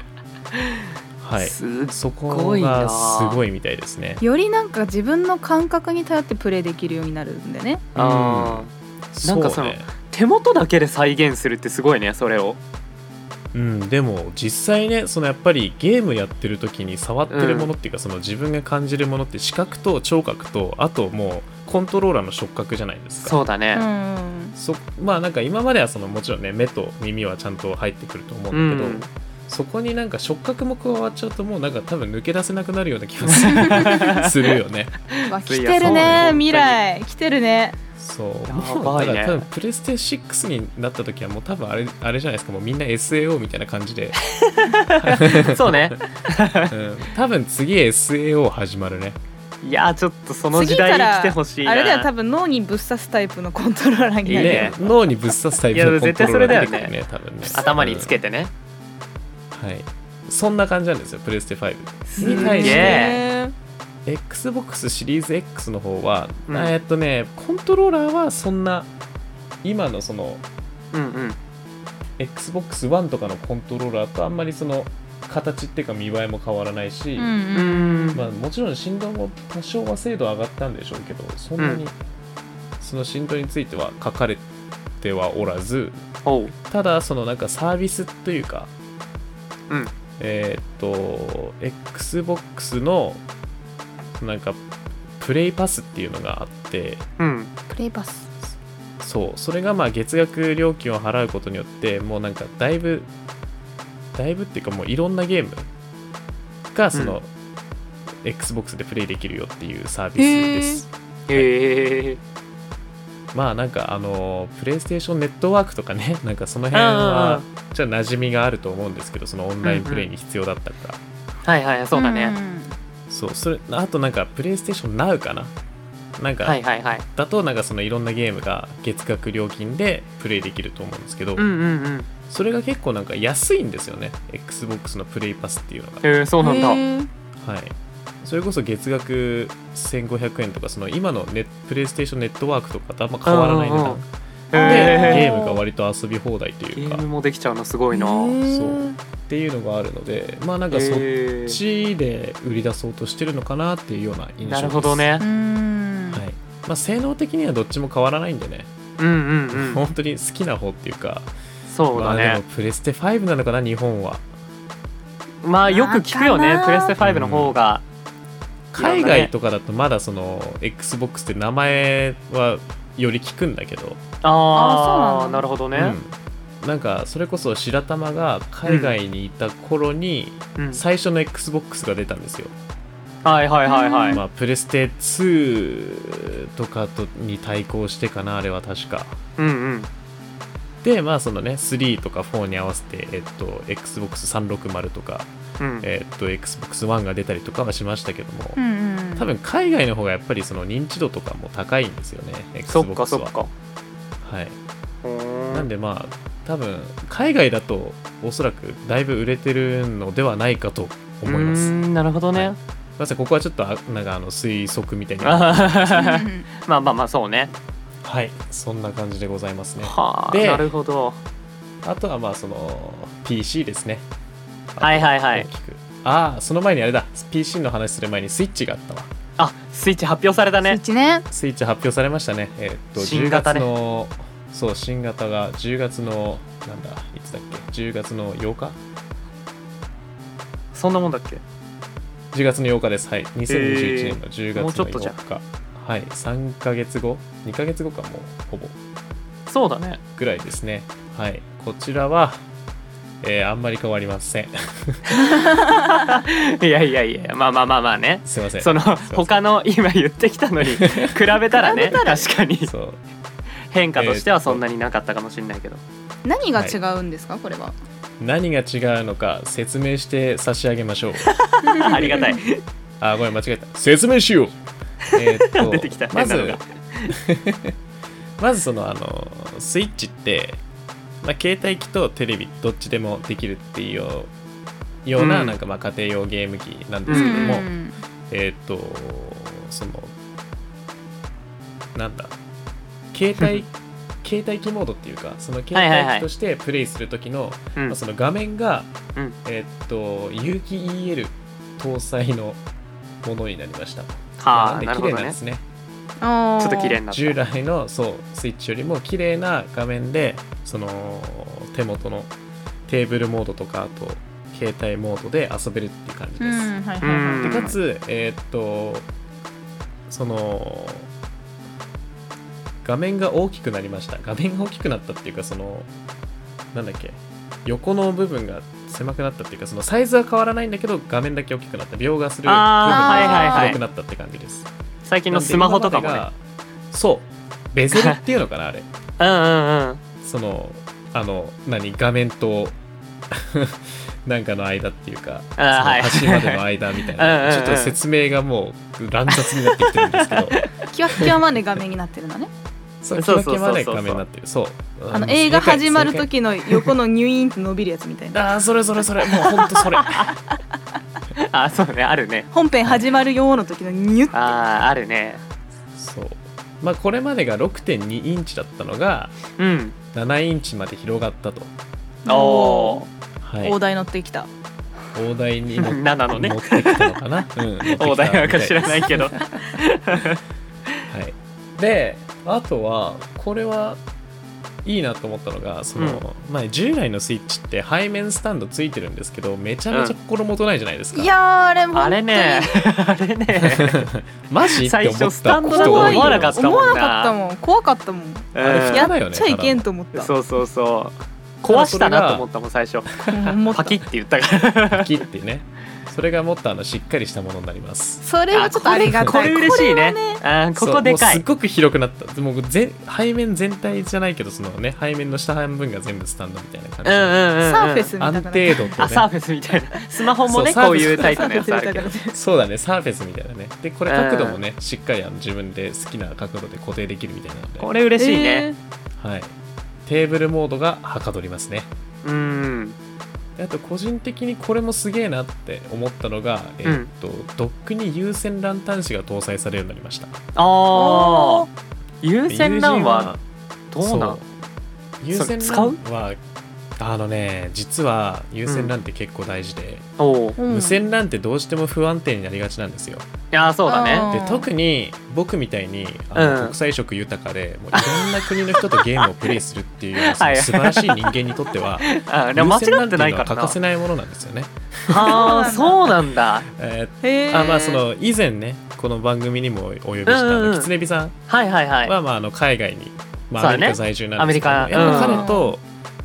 S3: はい
S4: す
S3: そ
S4: すご
S3: こ
S4: いな
S3: がすごいみたいですね
S1: よりなんか自分の感覚に頼ってプレイできるようになるんでね
S4: あーなんかその
S3: うね
S4: 手元だけで再現するってすごいねそれを
S3: うん、でも実際ねそのやっぱりゲームやってる時に触ってるものっていうか、その自分が感じるものって視覚と聴覚とあともうコントローラーの触覚じゃないですか
S4: そうだ
S1: う
S4: ね
S1: ん
S3: そまあなんか今まではそのもちろんね目と耳はちゃんと入ってくると思
S4: う
S3: うんだけど、
S4: ん
S3: そこになんか触覚も加わっちゃうともうなんか多分抜け出せなくなるような気がする するよね
S1: わ来てる
S4: い
S1: ね
S4: やそうね
S1: 未来来てるね
S3: そう
S4: や
S3: も
S4: ば
S3: う
S4: い
S3: だ
S4: ね
S3: から多分プレステ6になった時はもう多分あれあれじゃないですかもうみんな SAO みたいな感じ で、
S4: そうね
S3: うん、多分次 SAO 始まるね
S4: いやちょっとその時代に来てほしいな
S1: あれだよ多分脳にぶっ刺すタイプのコントローラーになる
S4: いいね
S3: ね脳にぶっ刺すタイプのコントローラーが出てくる
S4: い
S3: ね多分ね
S4: 頭につけてね
S3: うんはいそんな感じなんですよプレステ5
S4: す
S3: げ
S4: げえ
S3: XBOX シリーズ X の方は、
S4: うん
S3: えーっとねコントローラーはそんな今のその
S4: うんうん
S3: XBOX One とかのコントローラーとあんまりその形っていうか見栄えも変わらないし、
S1: うん
S4: う
S1: うん
S4: ん
S3: まあ、もちろん振動も多少は精度上がったんでしょうけどそんなに、
S4: うん
S3: その振動については書かれてはおらず
S4: おう
S3: ただそのなんかサービスというか、
S4: うん
S3: えーっと XBOX のなんかプレイパスっていうのがあって
S4: うん
S1: プレイパス
S3: そうそれがまあ月額料金を払うことによってもうなんかだいぶだいぶっていうかもういろんなゲームがその、XBOX でプレイできるよっていうサービスです
S4: へえ
S3: まあなんかあのプレイステーションネットワークとかね なんかその辺
S4: あ
S3: はじゃあ馴染みがあると思うんですけどそのオンラインプレイに必要だったから、
S4: はいはいそうだね
S3: そうそれあとなんかプレイステーション Now かななんか
S4: はいはいはい
S3: だとなんかそのいろんなゲームが月額料金でプレイできると思うんですけど、
S4: うんうんうん
S3: それが結構なんか安いんですよね XBOX のプレイパスっていうのが
S4: へえそうなんだ
S3: はいそれこそ月額1500円とかその今のネプレイステーションネットワークとかとあんま変わらない値
S4: うんうんうん
S3: 段
S1: へ
S3: で
S4: へ
S3: ゲームが割と遊び放題と
S4: えゲ
S3: いうか
S4: ーム
S3: っ
S4: もできちゃうのすごいな
S3: そうていうのがあるのでまあなんかそっ
S4: へえ
S3: ちで売り出そうとしてるのかなっていうような印象です
S4: なるほど、ね
S1: うん
S3: はいまあ、性能的にはどっちも変わらないんでね、
S4: うんうんうん
S3: 本当に好きな方っていうか
S4: そうだ
S3: まあ、で
S4: ね
S3: もプレステ5なのかな日本は
S4: まあよく聞くよ
S1: まあか
S4: ね
S1: な
S4: プレステ5の方が
S3: 海外とかだとまだその XBOX って名前はより聞くんだけど、
S4: あ
S1: あそう
S4: あ
S1: なの
S4: なるほど
S3: う
S4: ね
S3: んなんかそれこそ白玉が海外にいた頃に
S4: うん
S3: 最初の XBOX が出たんですよ、
S4: はいはいはいはい、
S3: まあ、プレステ2とかとに対抗してかなあれは確か
S4: うんうん
S3: でまあそのね3とか4に合わせて、えっと、XBOX360 とか、
S4: うん
S3: えっと、XBOX1 が出たりとかはしましたけども、
S1: うんうん、
S3: 多分海外の方がやっぱりその認知度とかも高いんですよね XBOX
S4: そ
S3: は
S4: っかそっか
S3: はい、
S4: な
S3: なん
S4: で
S3: でまあ多分海外だとおそらくだいぶ売れてるのではないかと思いますすい
S4: なるほどね、
S3: はいませんここはちょっとあなんかあの推測みたい
S4: あ
S3: な
S4: ははは
S1: うんうん
S4: まあまあまあそうね
S3: はいそんな感じでございますね
S4: はあ
S3: で
S4: なるほど
S3: あとはまあその PC ですね
S4: はいはいはい
S3: 大きくああその前にあれだ PC の話する前にスイッチがあったわ
S4: あスイッチ発表された
S1: スイッ
S4: ね
S1: チね
S3: スイッチ発表されましたねえーっと
S4: 新
S3: 10
S4: 型ね
S3: 月の、そう新型が10月のなんだいつだっけ10月の8日
S4: そんなもんだっけ
S3: 10月の8日です。はい。2021年の10月
S4: も
S3: の
S4: うちょっとじゃん
S3: 8日。はい。3ヶ月後 ?2 ヶ月後かもう、ほぼ。
S4: そうだね
S3: ぐらいですね。はい。こちらは、えーあんまり変わりません。
S4: いやいやいやまあまあまあまあね
S3: すいません。
S4: その
S3: すいません
S4: 他の今言ってきたのに 比べたらね確かに
S3: そう。
S4: 変化としてはそんなになかったかもしれないけど、
S1: 何が違うんですか、これは
S3: 何が違うのか説明して差し上げましょう。
S4: あり がたい
S3: あ、ごめん、間違えた。説明し ようえーっと、
S4: 出てきた
S3: ま
S4: 変なの
S3: ず
S4: が、
S3: まずその、あの、スイッチって、まあ、携帯機とテレビどっちでもできるっていうようような,、
S4: うん
S3: なんかまあ家庭用ゲーム機なん
S4: う
S3: で
S4: ん
S3: すけども、
S1: うんうん
S3: えーっ、とそのなんだ携帯 携帯機モードっていうかその携
S4: はいはいは
S3: 帯
S4: い
S3: 機としてプレイする時の、
S4: うん
S3: まあその画面が、
S4: うん
S3: えーっ、と有機 EL 搭載のものになりました。
S4: はあ
S3: な
S4: なんる
S3: で綺麗
S4: ほ
S3: な
S4: ど
S3: んで
S4: ね
S3: すね。
S1: あー
S4: ちょっと綺麗になった
S3: 従来のそうスイッチよりも綺麗な画面でその手元のテーブルモードとかあと携帯モードで遊べるっていう感じ
S1: う
S3: です。
S1: んはいはいはい
S4: うん
S3: でかつ、えーっとその画面が大きくなりました画面が大きくなったっていうかそのなんだっけ横の部分が狭くなったっていうかそのサイズは変わらないんだけど画面だけ大きくなった描画する部分
S1: あー
S3: が
S1: はいはいはい
S3: 広くなったって感じです
S4: 最近のスマホとかも
S3: な
S4: ね
S3: んで今までがそうベゼルっていうのかなあれ
S4: うんうんうん
S3: そのあの何画面と なんかの間っていうかその
S4: はい
S3: 端までの間みたいな
S4: うんうん
S3: ち
S4: う
S3: ょ
S4: ん
S3: っと説明がもう乱雑になってきてるんですけど
S1: キワッキワまで画面になってるのね
S3: そう
S4: そう
S3: 気
S4: そうそうそう
S3: 分けまで画面になってるそう
S1: あ
S3: の
S1: の映画始まる時の横のニュイーンって伸びるやつみたいな
S3: ああそれそれそれもうほんとそれ は
S4: あそうねあるね
S1: 本編始まるよーの時のニュッ
S4: あーあるね
S3: いそうまあこれまでが6.2インチだったのが
S4: うん
S3: 7インチまで広がったと、
S4: おー
S3: はい、
S1: 大台乗ってきた
S3: 大台に 乗っ
S4: 7のね
S3: 持ってきたのかな、うん、
S4: 大台なんか知ら
S3: い
S4: ないけど
S3: はい、であとはこれはいいなと思ったのがその、まあ、従来のスイッチって背面スタンドついてるんですけどめちゃめちゃ心もとないじゃないですか、
S1: いやーあれも
S4: あれねあれね
S3: マジって
S4: 最
S3: 思った
S4: 初スタンドだ
S3: 人
S4: と
S3: 多い
S4: 思わなかったもん
S1: 思わなかったもん怖かったもん
S3: あれ
S1: や
S3: 嫌
S1: っ
S3: だよね
S1: ちゃいけんと思った
S4: そうそうそう壊したなと思ったもん最初
S1: うん思った
S4: パキって言ったから
S3: パキってねそれがもっとあのしっかりしたものになります
S1: それはちょっとありが
S4: こ
S1: たい
S4: れ嬉しいね
S1: これは
S4: あーこ
S3: そ
S4: こ
S3: う
S4: でか
S3: もうす
S4: い
S3: っごく広くなったもうぜ背面全体じゃないけどそのね背面の下半分が全部スタンドみたいな
S4: うんうん
S3: 感
S4: うん
S1: サー
S4: うん
S1: フェス
S3: じ、
S1: みたいな
S3: 安定度と、ね、
S4: あサーフェスみたいなスマホもね
S3: そう
S4: こういうタイ
S1: サ
S4: プ
S1: ー
S4: の
S1: フェス
S4: やつあ
S1: みた
S4: る
S1: い
S4: け
S1: な
S4: ど
S3: そうだね、サーフェスみたいなね。で、これ角度もね、しっかりあの自分で好きな角度で固定できるみたいなので、
S4: これ嬉しいね、
S3: はい。テーブルモードがはかどりますね。
S4: うん
S3: であと、個人的にこれもすげえなって思ったのが、えーっと、ドックに有線ランタン子が搭載されるようになりました。
S4: あ
S1: お
S4: あ優先ランはどうなの
S3: 友人は有
S4: そう
S3: 線ランは、あのね、実は有線ランって結構大事で、
S4: おうい
S1: うん
S3: 無線ランってどうしても不安定になりがちなんですよ。
S4: やーそうだね
S3: で
S1: うん
S3: 特に僕みたいにあの、
S4: うん
S3: 国際色豊かでもういろんな国の人とゲームをプレイするっていうそ
S4: は
S3: の
S4: い
S3: 素晴らしい人間にとっては
S4: あ でも
S3: 優先
S4: 間違
S3: ん
S4: ってて
S3: いう
S4: ない
S3: の
S4: か
S3: は
S4: ら
S3: 欠
S4: な
S3: かせないものなんですよね。
S4: ああそうなんだ
S3: え
S1: へ
S3: ー
S1: ー
S3: あまあその以前ねこの番組にもお呼びしたあ
S4: うんう
S3: の
S4: んうん
S3: キツネビさん
S4: はいはいはい
S3: は、まあ、あの海外に、ま
S4: そう
S3: あ、ア
S4: だ
S3: メ
S4: ね
S3: リカ在住なんですけど、
S4: アメ
S3: やっ
S4: リカ
S3: ぱ
S1: うん
S3: 彼と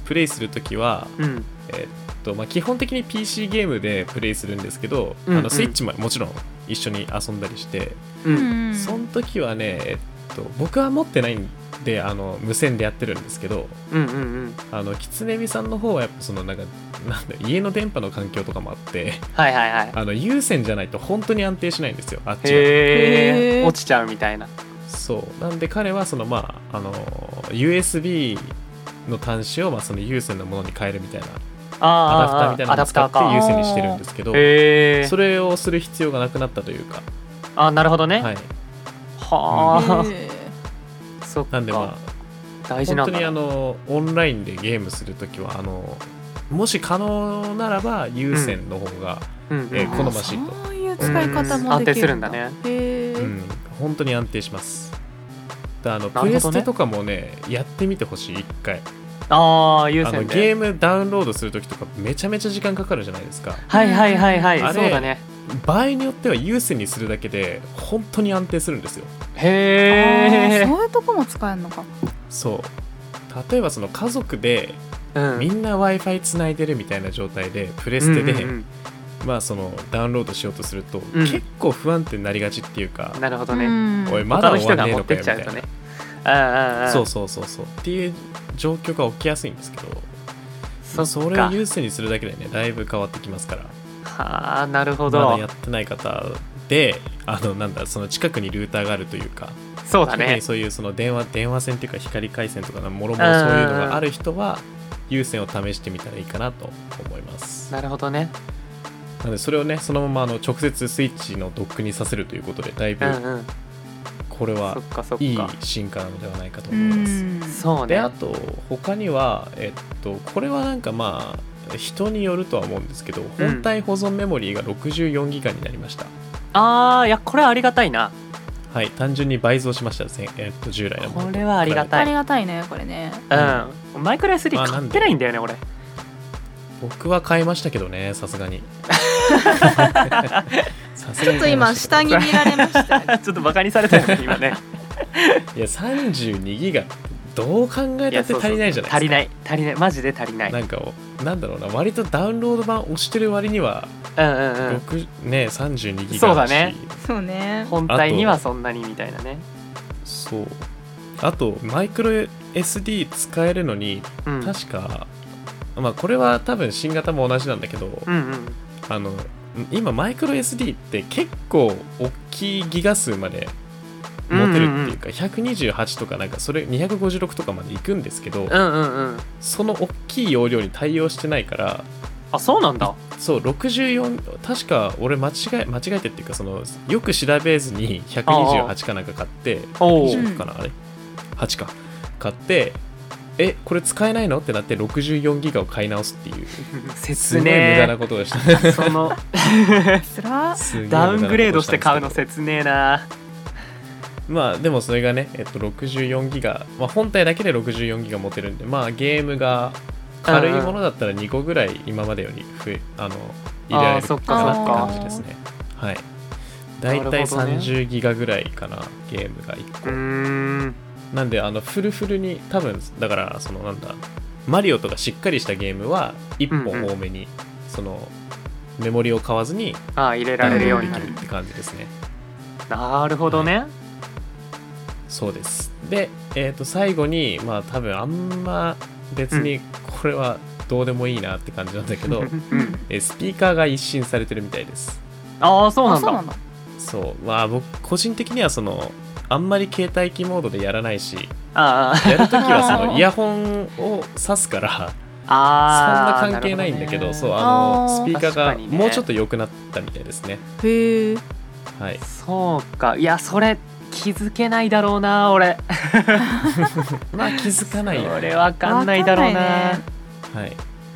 S3: プレイするときは、
S4: うん
S3: えーっとまあ、基本的に PC ゲームでプレイするんですけど、
S4: うんうん
S3: あのスイッチももちろん一緒に遊んだりして、
S4: う
S1: うんん
S3: その時はね、えーっと僕は持ってないんであの無線でやってるんですけど
S4: うんうんうん
S3: あのキツネミさんの方はやっぱそのなんかなんだ家の電波の環境とかもあって
S4: はいはいはい
S3: あの有線じゃないと本当に安定しないんですよあっちは。
S4: へ
S1: へ
S4: え
S1: ー
S4: 落ちちゃうみたいな
S3: そうなんで彼はそのまああの USB の端子をまあその有線のものに変えるみたいなアダプター
S4: あ
S3: みたい
S4: あ
S3: なの
S4: アダ
S3: を
S4: プ
S3: 使
S4: ター
S3: って有
S4: か
S3: 線にしてるんですけど
S4: へえ
S3: それをする必要がなくなったというか、
S4: あなるほどね
S3: はい、
S4: は
S1: へー
S4: あ そっか
S3: なんでまあ
S4: 大事
S3: 本
S4: な
S3: 当
S4: んだ
S3: にあ
S4: な
S3: のオンラインでゲームするときはあのもし可能ならば有線の方が、
S4: うんうん
S3: えー好ましいと
S1: そういう使い方も
S4: うん安
S1: で
S4: 定
S1: き
S4: す
S1: る
S4: るんだね
S1: へえ、
S3: うん本当に安定しますだあの
S4: なるほど
S3: プ
S4: ね
S3: レステとかもねやってみてほしい一回
S4: ああ優
S3: あの
S4: 先で
S3: ゲームダウンロードするときとかめちゃめちゃ時間かかるじゃないですか
S4: はいはいはいはい
S3: あれ
S4: そうだね
S3: 場合によっては有線にするだけで本当に安定するんですよ
S1: あー
S4: へえ
S1: そういうとこも使えるのか
S3: そう例えばその家族でみ
S4: なん
S3: な w i f i つないでるみたいな状態でプレステで、
S4: うんうん
S3: まあそのダウンロードしようとすると、
S4: うん
S3: 結構不安定になりがちっていうか
S4: うん、なるほど
S1: う
S4: ね、
S1: ん
S3: おいま
S4: 他
S3: だ
S4: の
S3: 終
S4: 人
S3: わん
S4: が
S3: ねえ
S4: 持
S3: の
S4: っ
S3: か
S4: て
S3: よ
S4: っ
S3: み
S4: ち
S3: た
S4: ゃ
S3: いう
S4: と
S3: な
S4: ねああ
S3: そうそうそうそうっていう状況が起きやすいんですけど
S4: そっか
S3: それを有線にするだけでねだいぶ変わってきますから
S4: はあなる
S3: ま
S4: ほ
S3: だ
S4: ど
S3: やってない方であのなんだその近くにルーターがあるというか
S4: そうだ
S3: 特
S4: ね
S3: にそういうその電話電話線っていうか光回線とかもろもろそういうのがある人は有線を試してみたらいいかなと思います
S4: なるほどね
S3: なのでそれをねそのままあの直接スイッチのドックにさせるということでだいうぶ
S4: んうん
S3: これは
S4: そっかそっか
S3: いい進化なのではないかと
S1: う
S3: 思います
S1: ん
S4: そう
S3: で
S4: ね
S3: あと他にはえっとこれはなんかまあ人によるとは思うんですけど本体保存メモリーが64ギガになりました、
S4: ああいやこれはありがたいな
S3: はい単純に倍増しましたね、えっと従来のもの
S4: ことれはありがたい
S1: ありがたいねこれね
S4: うんマイクラ SD
S3: あ
S4: 買ってないんだよね 俺
S3: 僕は買いましたけどねさすが に
S1: ちょっと
S3: さすがに買いま
S1: 今
S3: した
S1: 下
S3: け
S1: に
S3: ど
S1: 見られましたよね
S4: ちょっとバカにされたよね今 ね
S3: いや32ギガってどう考えたって足りないじゃないですか
S4: 足りない足りないマジで足りない
S3: なんかおなんだろうな割とダウンロード版押してる割には、
S4: うんうんうん
S3: 六ね32ギガだし
S4: そうだね
S1: そうね
S4: 本体にはそんなにみたいなね
S3: そうあとマイクロ SD 使えるのに
S4: うん
S3: 確か、まあこれは多分新型も同じなんだけど、
S4: うんうん
S3: あの今マイクロ SD って結構大きいギガ数まで持てるっていうか、128とかなんかそれ256とかまで行くんですけど、
S4: うんうんうん
S3: その大きい容量に対応してないから
S4: あそうなんだ
S3: そう64確か俺間違え間違えてっていうかそのよく調べずに128かなんか買って
S4: おお
S1: うん
S3: 26かなあれ8か買ってえこれ使えないのってなって64ギガを買い直すっていうす
S4: 説
S3: ごい無駄
S4: 明
S3: なことを した
S4: そ の
S1: つら
S3: すごい無駄な
S4: ダ
S3: ことをしたんですけ
S4: ウ
S3: ど
S4: ングレードして買うの説明な
S3: まあでもそれがね、えっと、64ギガ、まあ、本体だけで64ギガ持てるんでまあゲームが軽いものだったら2個ぐらい今までより増えあの入れられ
S4: あー
S3: る
S4: そっ
S3: か
S4: か
S3: な
S1: そ
S3: っ
S1: ってか
S3: 感じですねはいだい
S4: な
S3: たい
S4: るほどね
S3: 30ギガぐらいかなゲームが1
S4: う
S3: 個、
S4: ーん
S3: なんであのフルフルに多分だからそのなんだマリオとかしっかりしたゲームは1
S4: うん
S3: 本
S4: うん
S3: 多めに、そのメモリを買わずに
S4: あー入れられるようにな
S3: でき
S4: る
S3: るって感じですね、
S4: なるほどね
S3: そうですで、えー、と最後にまあ多分あんま別にこれはどうでもいいなって感じなんだけ ど、
S4: うん
S3: えースピーカーが一新されてるみたいです
S4: ああそうな
S1: あ
S4: ん
S1: そうな
S4: だ
S1: んだ
S3: そうまあ僕個人的にはそのあんまり携帯機モードでやらないし
S4: あー
S3: やるときはそ
S1: あ
S3: の
S1: ー
S3: イヤホンを挿すからそん
S4: あー
S3: な関係ないんだけど
S4: るほ
S3: そう
S4: ね
S3: あの
S1: あー
S3: スピーカー
S4: 確
S3: が
S4: かにね
S3: もうちょっと良くなったみたいですね
S1: へえ
S3: はい
S4: そうかいやそれ気づけないだろうな俺
S3: まあ気づかないよね
S4: 俺わかんないだろうな
S3: は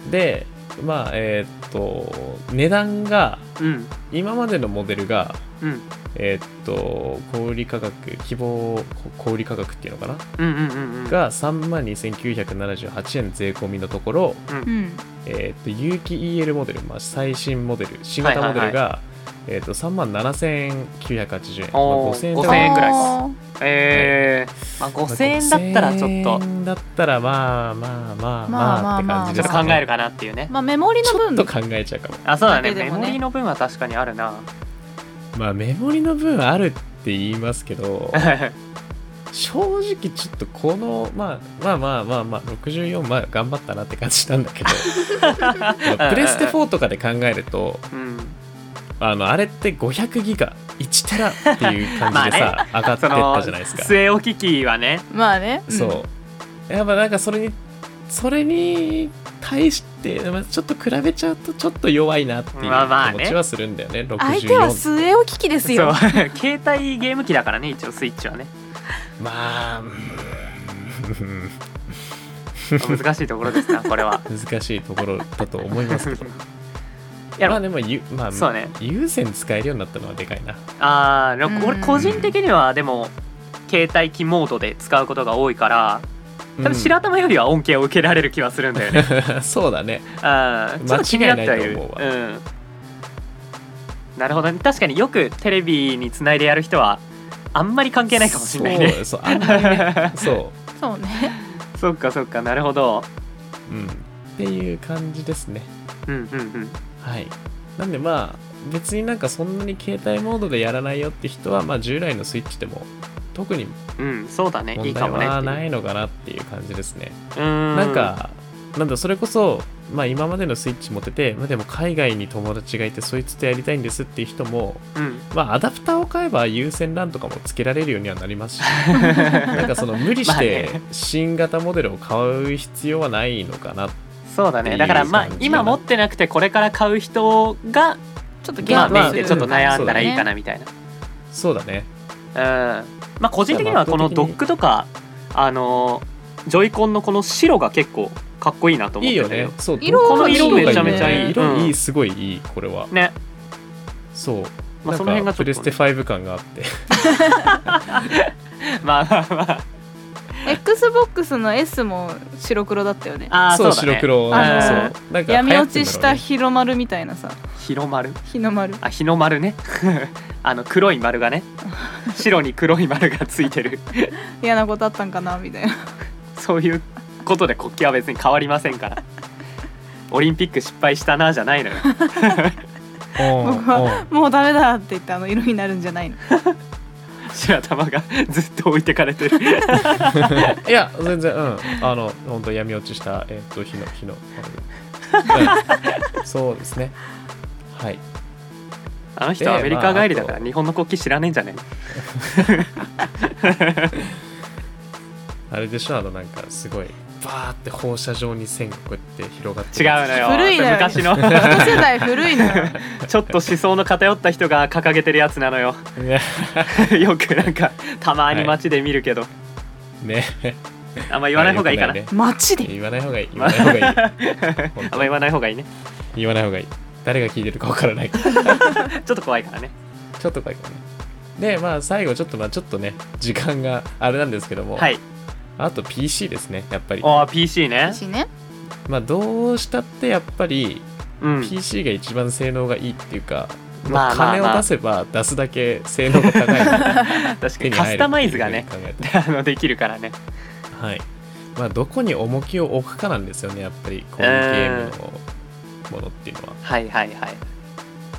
S3: いでまあえーっと値段が
S4: うん
S3: 今までのモデルが
S4: うん
S3: えーっと小売価格希望小売価格っていうのかな、
S4: うんうんうんうん
S3: が3万2978円税込みのところ、
S1: うん
S3: えーっと有機 EL モデル、まあ、最新モデル新型モデルがえー、と3万7980円、まあ、
S4: おー
S3: 5000円
S4: 5000
S3: 高い
S4: 円ぐらいです
S1: あ
S4: えーまあ、5000円だったらちょっと
S3: 5000円だったらまあまあまあ
S1: まあ
S3: まあって感じ
S4: ち
S3: で
S4: ょっ
S3: す
S4: と
S3: かね
S4: 考えるかなっていうね
S1: ーまあメモリの
S3: ちょっ
S1: 分
S3: と考えちゃうかも
S4: あそうだね
S1: だけで
S4: メ
S1: もね
S4: モリの分は確かに あるな
S3: まあメモリの分あるって言いますけ ど正直ちょっとこの、まあ、まあまあまあまあ64まあ頑張ったなって感じなんだ けどプレステ4とかで考えると
S4: うん
S3: あのあれって500ギガ1テラっていう 感じで
S4: ま
S3: さ、上がって
S4: そ
S3: った
S4: の
S3: じゃないですか。
S4: 据え置き機はね
S1: まあね、ん
S3: そうやっぱなんかそれにそれに対してまあちょっと比べちゃうとちょっと弱いなっていう気
S4: まあまあね
S3: 持ちはするんだよね64
S1: 相手は据え置き機です
S4: そう
S1: よ
S4: 携帯ゲーム機だからね一応スイッチは ね
S3: まあうーん
S4: 難しいところですなこ れは
S3: 難しいところだと思いますけど
S4: い や
S3: まあでもゆ、まあ、
S4: そうね
S3: 優先使えるようになったのはでかいな
S4: ああでもこれ
S1: うん
S4: 個人的にはでも携帯機モードで使うことが多いから多分白玉よりは恩恵を受けられる気はするんだ よね、
S3: うんそうだね
S4: あーちょっと気になってはい
S3: 間
S4: る
S3: 違いないと思う
S4: うん、なるほどね確かによくテレビにつないでやる人はあんまり関係ないかもしれないね
S3: そうそうあんまりねそ
S1: そうね
S4: そっかそっかなるほど
S3: う、うん、っていう感じですね
S4: うんうんうん
S3: はい、なんでまあ別になんかそんなに携帯モードでやらないよって人は、まあ、従来のスイッチでも特に
S4: うんそうだねい
S3: 問
S4: いか
S3: 題
S4: もね
S3: はな
S4: っ
S3: い
S4: て
S3: うのかなっていう感じですね。
S4: うーん
S3: なんかなんだそれこそ、まあ、今までのスイッチ持ってて、まあ、でも海外に友達がいてそいつとやりたいんですっていう人も、
S4: うん
S3: まあ、アダプターを買えば有線 LAN とかもつけられるようにはなり ますしなんかその無理し
S4: ま
S3: て
S4: あね
S3: 新型モデルを買う必要はないのかな
S4: そうだ
S3: ってい
S4: ね
S3: う
S4: だからまあ
S3: 感じかな
S4: 今持ってなくてこれから買う人が
S1: ちょっとゲー
S4: まあ
S1: ム
S4: メイ
S3: まあ
S4: ンでちょっと悩んだらいいか
S1: な
S4: なみたいな
S3: そうだね
S4: うんまあ個人的にはこのドックとかあのジョイコンのこの白が結構かっこいいなと思っ
S3: いい
S4: て
S3: よ
S4: んだ
S3: ねそう
S1: 色
S3: どこ
S1: が
S3: の色
S1: いいよね
S3: めちゃめちゃいい色いい、
S4: うん
S3: すごいいいこれは
S4: ね
S3: そう、
S4: まあ
S3: なんか
S4: その辺がちょっとね
S3: プレステ5感があって
S4: まあまあま
S1: XBOX の S も白黒だったよね
S4: ああ ー
S3: そう
S4: そうだね
S3: 白黒
S4: あ
S3: な
S4: の
S3: ん
S4: ー
S3: かそうなんか
S1: 闇落ちした
S3: 流行
S1: 日の丸みたいなさ
S4: 広丸
S1: 日の丸
S4: あ日の丸ね あの黒い丸がね白に黒い丸がついてる
S1: 嫌なことあったんかなみたいな
S4: そういうことで国旗は別に変わりませんからオリンピック失敗したなじゃないのよ
S3: ってんのがね
S1: 僕はもうダメだって言ってあの色になるんじゃ ないの
S4: 白玉がずっと置いてか れてる
S3: うん うんいや全然うんあの本当闇落ちしたえっ、と日の日の、うんそうですねはい
S4: あの人はアメリカ帰りだから日本の国旗知らねえんじゃね
S3: あれでしょあのなんかすごいバーって放射状に線がこうやって広がっ
S4: え違
S3: て
S4: うのよ
S1: 古いのよ
S4: 昔の
S1: 一世代古いのよ
S4: ちょっと思想の偏った人が掲げてるやつなのよ
S3: ね
S4: よくなんかたまに街で見るけど、
S3: ね
S4: あんま言わない方がいいかな、
S3: よく
S1: 街で
S3: ね言わない方がいい言わな い方がいい本
S4: あ
S3: 当
S4: んま言わない方がいいね
S3: 言わない方がいい誰が聞いてるかわからないから
S4: ちょっと怖いからね
S3: ちょっと怖いかもね。で、まあ、最後、ちょっと、まあ、ちょっとね、時間があれなんですけども、
S4: はい
S3: あと PC ですね、やっぱり。
S4: ああ PC ね
S1: 私ね
S3: まあ、どうしたって、やっぱり、
S4: うん
S3: PC が一番性能がいいっていうか、
S4: ま
S3: ま
S4: あ
S3: あ、
S4: まあ
S3: 金
S4: まあ
S3: を出せば出すだけ性能が高いので。
S4: 確か
S3: 手
S4: に
S3: に
S4: カ
S3: 入る
S4: スタマイズが
S3: っ
S4: ね
S3: ていうふうに考
S4: あのできるから
S3: え
S4: ね
S3: て。はい。まあ、どこに重きを置くかなんですよね、やっぱり、こういうゲームのものっていうのは。
S4: はいはいはい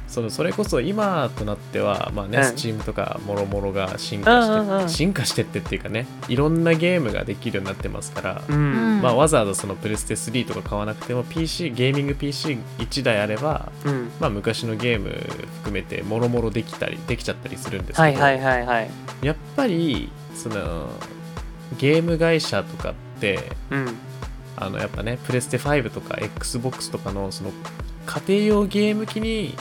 S3: そのそれこそ今となっては、まあね
S4: うん
S3: スチームとかもろもろが進化して、
S4: うんうんうん
S3: 進化してってっていうかねいろんなゲームができるようになってますから、
S4: うん、
S3: まあ、わざわざそのプレステ3とか買わなくても PC ゲーミング PC1 台あれば、
S4: うん、
S3: まあ、昔のゲーム含めてもろもろできたりできちゃったりするんです
S4: は
S3: け
S4: い
S3: ど、
S4: はいはいはい
S3: やっぱりそのゲーム会社とかって
S4: うん
S3: あのやっぱねプレステ5とか XBOX とかのその家庭用ゲーム機に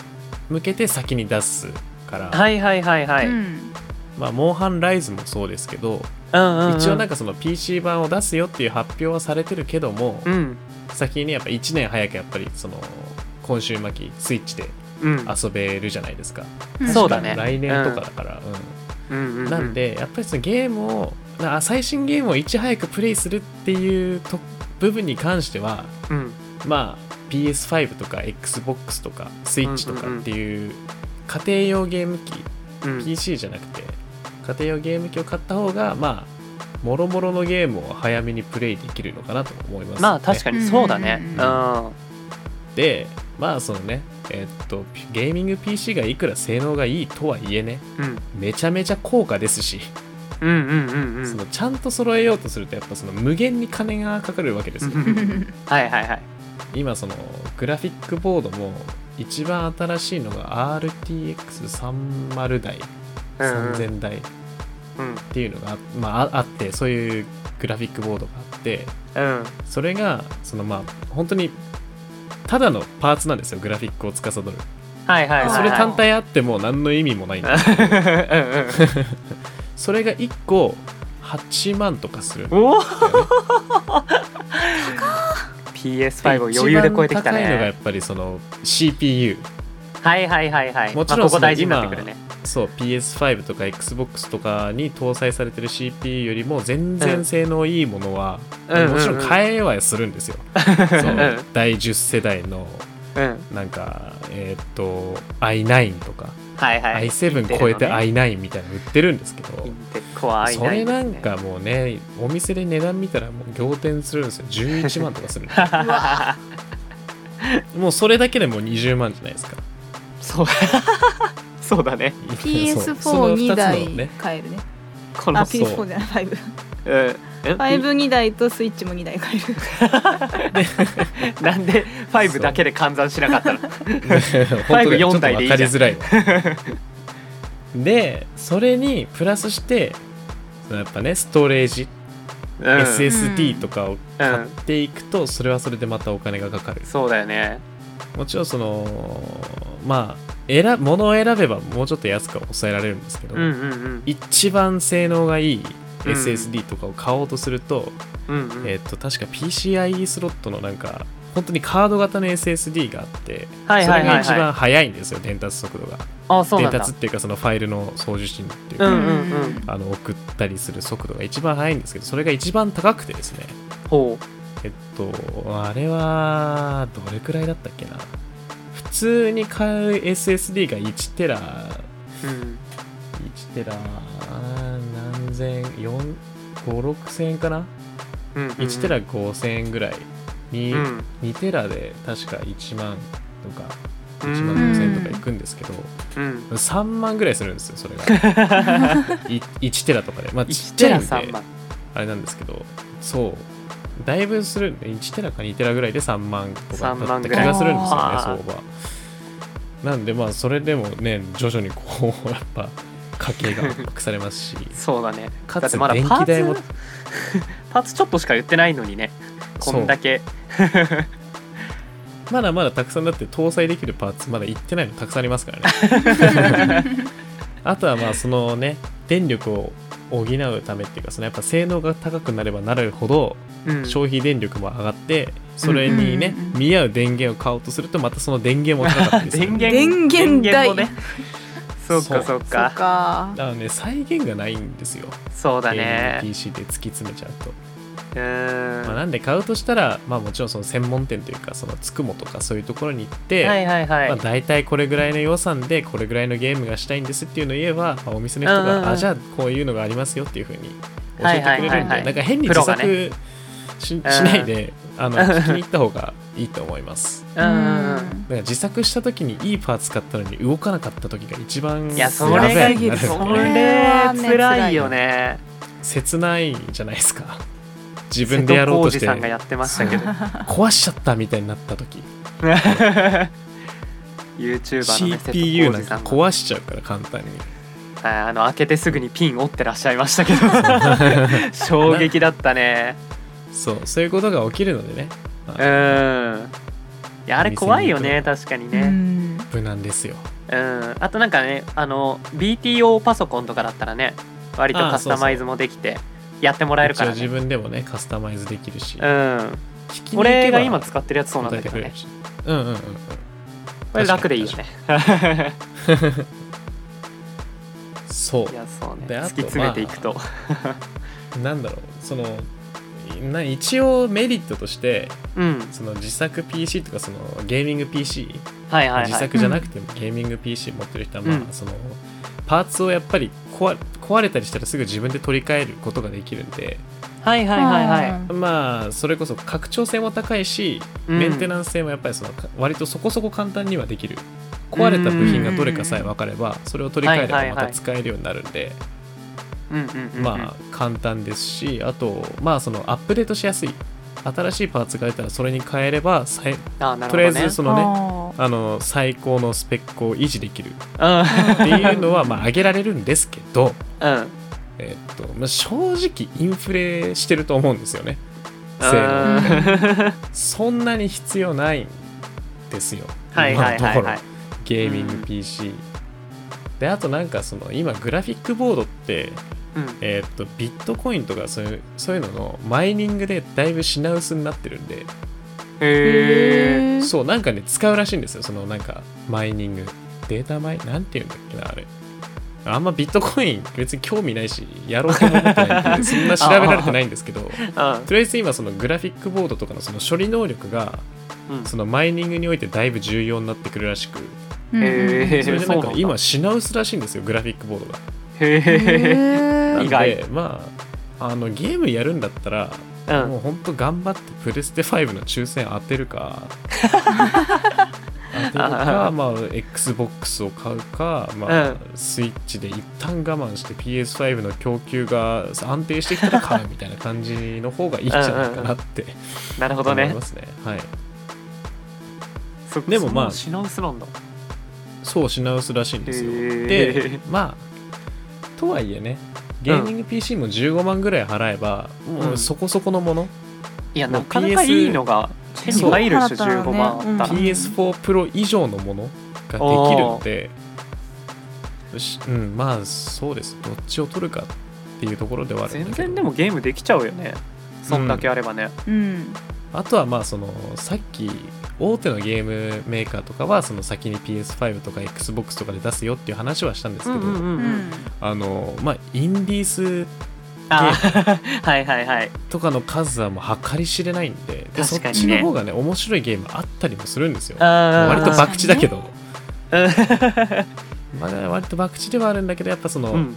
S3: 向けて先に出すから、
S4: はいはいはいはい、
S1: うん
S3: まあ、モンハンライズもそうですけど、
S4: うんうんうん、
S3: 一応なん
S4: か
S3: かその PC 版を出すよっていう発表はされてるけども、
S4: うん
S3: 先にやっぱ1年早くやっぱりその今週末期スイッチで
S4: うん
S3: 遊べるじゃないですか、
S1: うん
S4: そうだね
S3: 来年とかだから、うん
S4: うんうんう
S3: なんでやっぱりそのゲームをな最新ゲームをいち早くプレイするっていうと部分に関しては
S4: うん
S3: まあ PS5 とか XBOX とか Switch とかっていう家庭用ゲーム機
S4: うん
S3: PC じゃなくて家庭用ゲーム機を買った方がまあもろもろのゲームを早めにプレイできるのかなと思います、ね、
S4: まあ確かにそうだね
S1: うん
S4: うんうん
S3: でまあそのねえっとゲーミング PC がいくら性能がいいとはいえねめちゃめちゃ高価ですし、
S4: うんうんうんうん
S3: そのちゃんと揃えようとするとやっぱその無限に金がかかるわけですよ、
S4: うんうんはいはいはい
S3: 今そのグラフィックボードも一番新しいのが RTX30 台
S4: うんうん
S3: 3000台っ
S4: うん
S3: ていうのがあ,、まあ、ああってそういうグラフィックボードがあって
S4: うん
S3: それがそのまあ本当にただのパーツなんですよグラフィックを司る
S4: はいはいはいはい
S3: それ単体あっても何の意味もないんだ
S4: うん
S3: それが1個8万とかするんだ
S4: うんおお
S3: よね
S4: PS5 を余裕で超えてきた
S3: 一番高いのがや
S4: ね
S3: っぱりその CPU
S4: はいはいはいはい
S3: もちろん
S4: ま
S3: そ
S4: あここ
S3: の
S4: 大事になってくるね
S3: そう PS5 とか XBOX とかに搭載されてる CPU よりも全然性能いいものは、
S4: うん
S3: もちろん変えはするん ですよ、そう
S4: うん
S3: 第10世代の
S4: うん
S3: なんかえーっと i9 とか、
S4: はいはい
S3: i7 超えて
S4: インテルのね
S3: i9 みたいなの売ってるんですけど、
S4: インテックは i9
S3: それなんかもうねお店で値段見たらもう仰天するんですよ11万とかするんです よもうそれだけでもう20万じゃない ですか
S4: そうそうだね
S1: PS42 台
S3: ね
S1: 買えるね
S4: こ
S1: あ
S4: の
S3: そう
S1: PS4 じゃない5
S4: うん
S1: 52台とスイッチも2台買える
S4: なんで5だけで換算しなかったの
S3: 本当だよちょっと分かりづらいわ でそれにプラスしてそのやっぱねストレージ、
S4: うん
S3: SSD とかを
S4: う
S3: 買っていくとそれはそれでまたお金がかかる
S4: ん、そうだよね
S3: もちろんそのまあ選物を選べばもうちょっと安くは抑えられるんですけど、
S4: うんうんうん
S3: 一番性能がいい
S4: うん
S3: SSD とかを買おうとすると、
S4: うんうん
S3: えっと確か PCIe スロットのなんか本当にカード型の SSD があって、
S4: はいはいはいはい
S3: それが一番速いんですよ伝達速度が
S4: あそうなん
S3: 伝
S4: だ
S3: 達っていうかそのファイルの送受信っていう
S4: う
S3: か、
S4: んうんうん
S3: あの送ったりする速度が一番速いんですけどそれが一番高くてですね
S4: ほ
S3: えっとあれはどれくらいだったっけな普通に買う SSD が1テラ
S4: う、うん、
S3: 1テラ何千4 5 6千円かな
S4: うんうんうん
S3: 1テラ5000円ぐらいに、
S4: うん
S3: 2テラで確か1万とか
S4: うん
S3: 1万5000円とかいくんですけど、
S4: うん
S3: 3万ぐらいするんですよそれが い1テラとかでまあちっ
S4: 1
S3: ち
S4: テ
S3: ゃい
S4: ラ
S3: ん
S4: 3
S3: で
S4: 万
S3: あれなんですけどそうだいぶするんで1テラか2テラぐらいで3万とか
S4: 3
S3: だ
S4: 万
S3: った
S4: ぐ
S3: 気
S4: らい
S3: がするんですよね
S4: あー
S3: 相場なんでまあそれでもね徐々にこう やっぱ家計が圧迫されます し
S4: そうだね
S3: か
S4: だっ
S3: つ
S4: てまだ
S3: 電
S4: パ
S3: 気代
S4: ー
S3: も
S4: ツ パーツちょっとしか言ってないのにねこんだけ
S3: まだまだたくさんだって搭載できるパーツまだいってないのたくさんありますからね あとはまあそのね電力を補うためっていうかそのやっぱ性能が高くなればなるほど
S4: うん
S3: 消費電力も上がってそれにね
S1: うんうんうんうん
S3: 見合う電源を買おうとするとまたその電源も高かったりする
S4: 電
S1: 電
S4: 源
S1: 源代
S4: もねそう
S3: そ
S4: かそうう
S1: そっ
S4: か
S1: か
S3: だからね再現がないんですよ
S4: そうだ
S3: ゲーミン
S4: ね
S3: グ PC で突き詰めちゃうと、
S4: う
S3: まあ、
S4: ん
S3: なんで買うとしたらまあもちろんその専門店というかそのつくもとかそういうところに行って、
S4: はいはいはい、
S3: まあ、大体これぐらいの予算でこれぐらいのゲームがしたいんですっていうのを言えば、まあお店の人
S4: うんうん
S3: が、
S4: うん
S3: あじゃあこういうのがありますよっていうふうに教えてくれ
S4: はいはい
S3: るん
S4: はいは
S3: で
S4: い
S3: なんか変に
S4: プロ
S3: 自
S4: が
S3: 作
S4: ね
S3: し,、
S4: ん
S3: ないであの聞きに行った方がいいと思います
S4: うんうんう
S3: だ
S4: ん
S3: から自作した時にいいパーツ買ったのに動かなかった時が一番
S4: いやそ
S3: や
S4: れが
S3: べえってなる
S4: そ
S3: んで
S1: れ
S3: ね
S4: れ辛いよね
S3: 切ないじゃないですか自分でやろうとし
S4: 瀬
S3: て
S4: 戸康史さんがやってましたけど
S3: 壊しちゃったみたいになった時
S4: YouTuber のね瀬戸康史
S3: CPU なんか
S4: さんが
S3: 壊しちゃうから簡単に
S4: ああの開けてすぐにピン折ってらっしゃいましたけど 衝撃だったね
S3: そうそういうことが起きるのでね
S4: うんいやあれ怖いよね確かに
S1: う
S4: ね
S1: ん
S3: 無難ですよ
S4: うんあとなんかねあの BTO パソコンとかだったらね割と
S3: ああ
S4: カスタマイズもできてやってもらえるか
S3: 一
S4: ら
S3: 応
S4: ね
S3: 自分でもねカスタマイズできるし、
S4: うん
S3: 引き
S4: 俺が今使ってるやつそうなん
S3: 答え
S4: だ
S3: て
S4: け
S3: く
S4: ど
S3: れ
S4: ね
S3: るしうんうんうんうん
S4: これ楽でいいよね
S3: そ
S4: いやそうね
S3: であと
S4: 突き詰めていくと
S3: うなんだろうそのな一応メリットとして
S4: うん
S3: その自作 PC とかそのゲーミング PC
S4: はいはい
S3: 自
S4: はい
S3: 作じゃなくてもゲーミング PC 持ってる人は、まあ
S4: うん
S3: そのパーツをやっぱり壊壊れたりしたらすぐ自分で取り替えることができるんで
S4: はいはいはいはい
S3: まあそれこそ拡張性も高いし、
S4: うん
S3: メンテナンス性もやっぱりそのか割とそこそこ簡単にはできる壊れた部品がどれかさえ分かればそれを取り替えればまた使えるようになるんで、
S4: うんうんうんうん
S3: まあ簡単ですしあとまあそのアップデートしやすい新しいパーツが出たらそれに変えればさい
S4: あなるほどね
S3: とりあえずそのね
S1: あ
S3: あの最高のスペックを維持できる
S4: う
S3: っていうのはまあ上げられるんですけど、
S4: んうん
S3: えっとまあ、正直インフレしてると思うんですよね性能
S4: うん
S3: そんなに必要ないんですよ
S4: はいはいはいはい
S3: ゲーミング PC、であとなんかその今グラフィックボードって、
S4: うん
S3: えっとビットコインとかそういうそういうののマイニングでだいぶ品薄になってるんで
S4: へえ
S1: へえ
S3: そうなんかね使うらしいんですよそのなんかマイニングデータマイなんていうんだっけなあれあんまビットコイン別に興味ないしやろうとも思ってないんで そんな調べられてないんですけどと
S4: うん
S3: りあえず今そのグラフィックボードとかのその処理能力が
S4: うん
S3: そのマイニングにおいてだいぶ重要になってくるらしく
S4: へえ
S3: それでなんか
S4: そうなんだ
S3: 今品薄らしいんですよグラフィックボードが
S4: へえ
S1: え
S3: なん
S4: 意外
S3: でまああのゲームやるんだったら
S4: うん
S3: もうほんと頑張ってプレステ5の抽選当てる か当てるか、まあ、XBOX を買うか、まあスイッチで一旦我慢して PS5 の供給が安定してきたら買うみたいな感じの方がいいんじゃないかなって
S4: なるほ
S3: 思
S4: ど
S3: い
S4: ね
S3: ますね。はい、
S4: そ
S3: でもまあ
S4: そんな品薄なんだ
S3: そう品薄らしいんですよ。
S4: へー
S3: でまあとはいえねゲーミング PC も15万ぐらい払えば、もうそこそこのもの、
S4: いや
S3: もう
S4: なかなかいいのが手に入るでしょ
S1: そう
S4: 15万あったら
S1: うん
S3: PS4 Pro 以上のものができるので、よしうん、まあそうですどっちを取るかっていうところではあるんだけ
S4: 全
S3: ど
S4: 然でもゲームできちゃうよねそんだけあればね
S1: うん
S3: あとはまあそのさっき大手のゲームメーカーとかはその先に PS5 とか XBOX とかで出すよっていう話はしたんですけど、
S1: うんん
S3: あのまあインディース
S4: あはいはいはい
S3: とかの数はもう計り知れないんででそ
S4: 確
S3: っ
S4: かにね
S3: ちの方がね面白いゲームあったりもするんですよ割
S4: 割
S3: と博打だけど、
S4: バ
S3: まあ、割と博打ではあるんだけどやっぱその、
S4: うん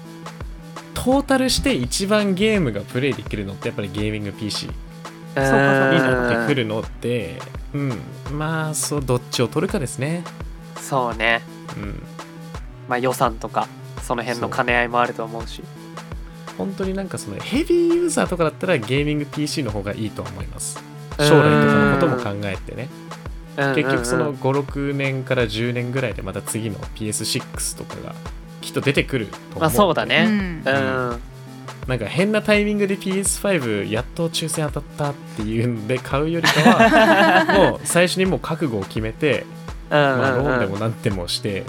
S3: トータルして一番ゲームがプレイできるのってやっぱりゲーミング PC に
S4: そう
S1: そうか
S3: なってくるのってうん、まあそうどっちを取るかですね
S4: そうね
S3: うん
S4: まあ予算とかその辺の兼ね合いもあると思うし
S3: 本当になんかそのヘビーユーザーとかだったらゲーミング PC の方がいいと思います
S4: うん
S3: 将来とかのことも考えてね
S4: 結
S3: 結局その56年から10年ぐらいでまた次の PS6 とかがきっと出てくると思うんで
S4: まあそうだ
S1: う
S4: ね
S1: ん
S4: う
S3: うん
S4: ん
S3: なんか変なタイミングで PS5 やっと抽選当たったっていうんで買うよりかはもう最初にもう覚悟を決めてまあ、ローンでもなんでもして、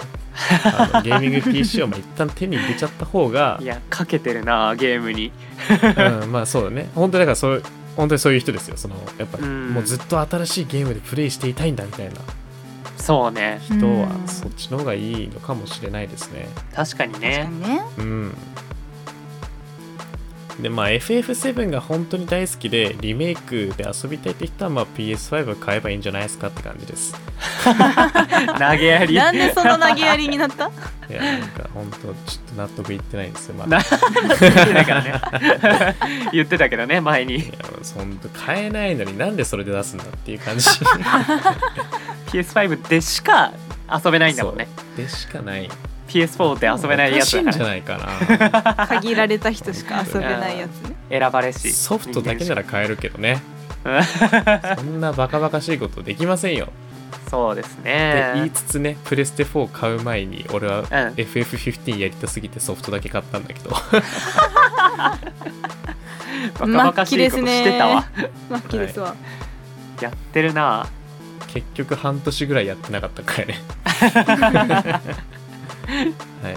S3: あのゲーミング PC をまあ一旦手に入れちゃった方が
S4: い、やかけてるなゲームに
S3: うん、まあそうだね本当にだからそう本当にそういう人ですよそのやっぱり、
S4: うん
S3: もうずっと新しいゲームでプレイしていたいんだみたいな
S4: そうね
S3: 人
S1: う
S3: は
S1: ん
S3: そっちの方がいいのかもしれないですね
S4: 確かに
S1: 確か
S4: ね
S1: にね
S3: うんでまあ FF7 が本当に大好きでリメイクで遊びたいって人はまあ PS5 を買えばいいんじゃないですかって感じです
S4: 投げやり
S1: なんでその投げやりになった
S3: いやなんか本当ちょっと納得いってないんですよまだ
S4: な だからね 言ってたけどね前に
S3: いやそんと買えないのになんでそれで出すんだっていう感じ
S4: PS5 でしか遊べないんだもんね
S3: でしかない
S4: PS4 で遊べないやつ
S3: おかしいん
S4: だか
S3: じゃ
S4: ら
S3: ない かな
S1: 限られた人しか遊べないやつね
S4: 選ばれし
S3: ソフトだけなら買えるけど ね
S4: うん
S3: そんなバカバカしいことできませんよ
S4: そうです
S3: って言い
S4: ね
S3: つつねプレステ4買う前に俺は
S4: うん
S3: FF15 やりたすぎてソフトだけ買ったんだけど
S4: バカバカしいことしてたわ
S1: マッキーですわ
S4: やってるな
S3: 結局半年ぐらいやってなかったから ねはい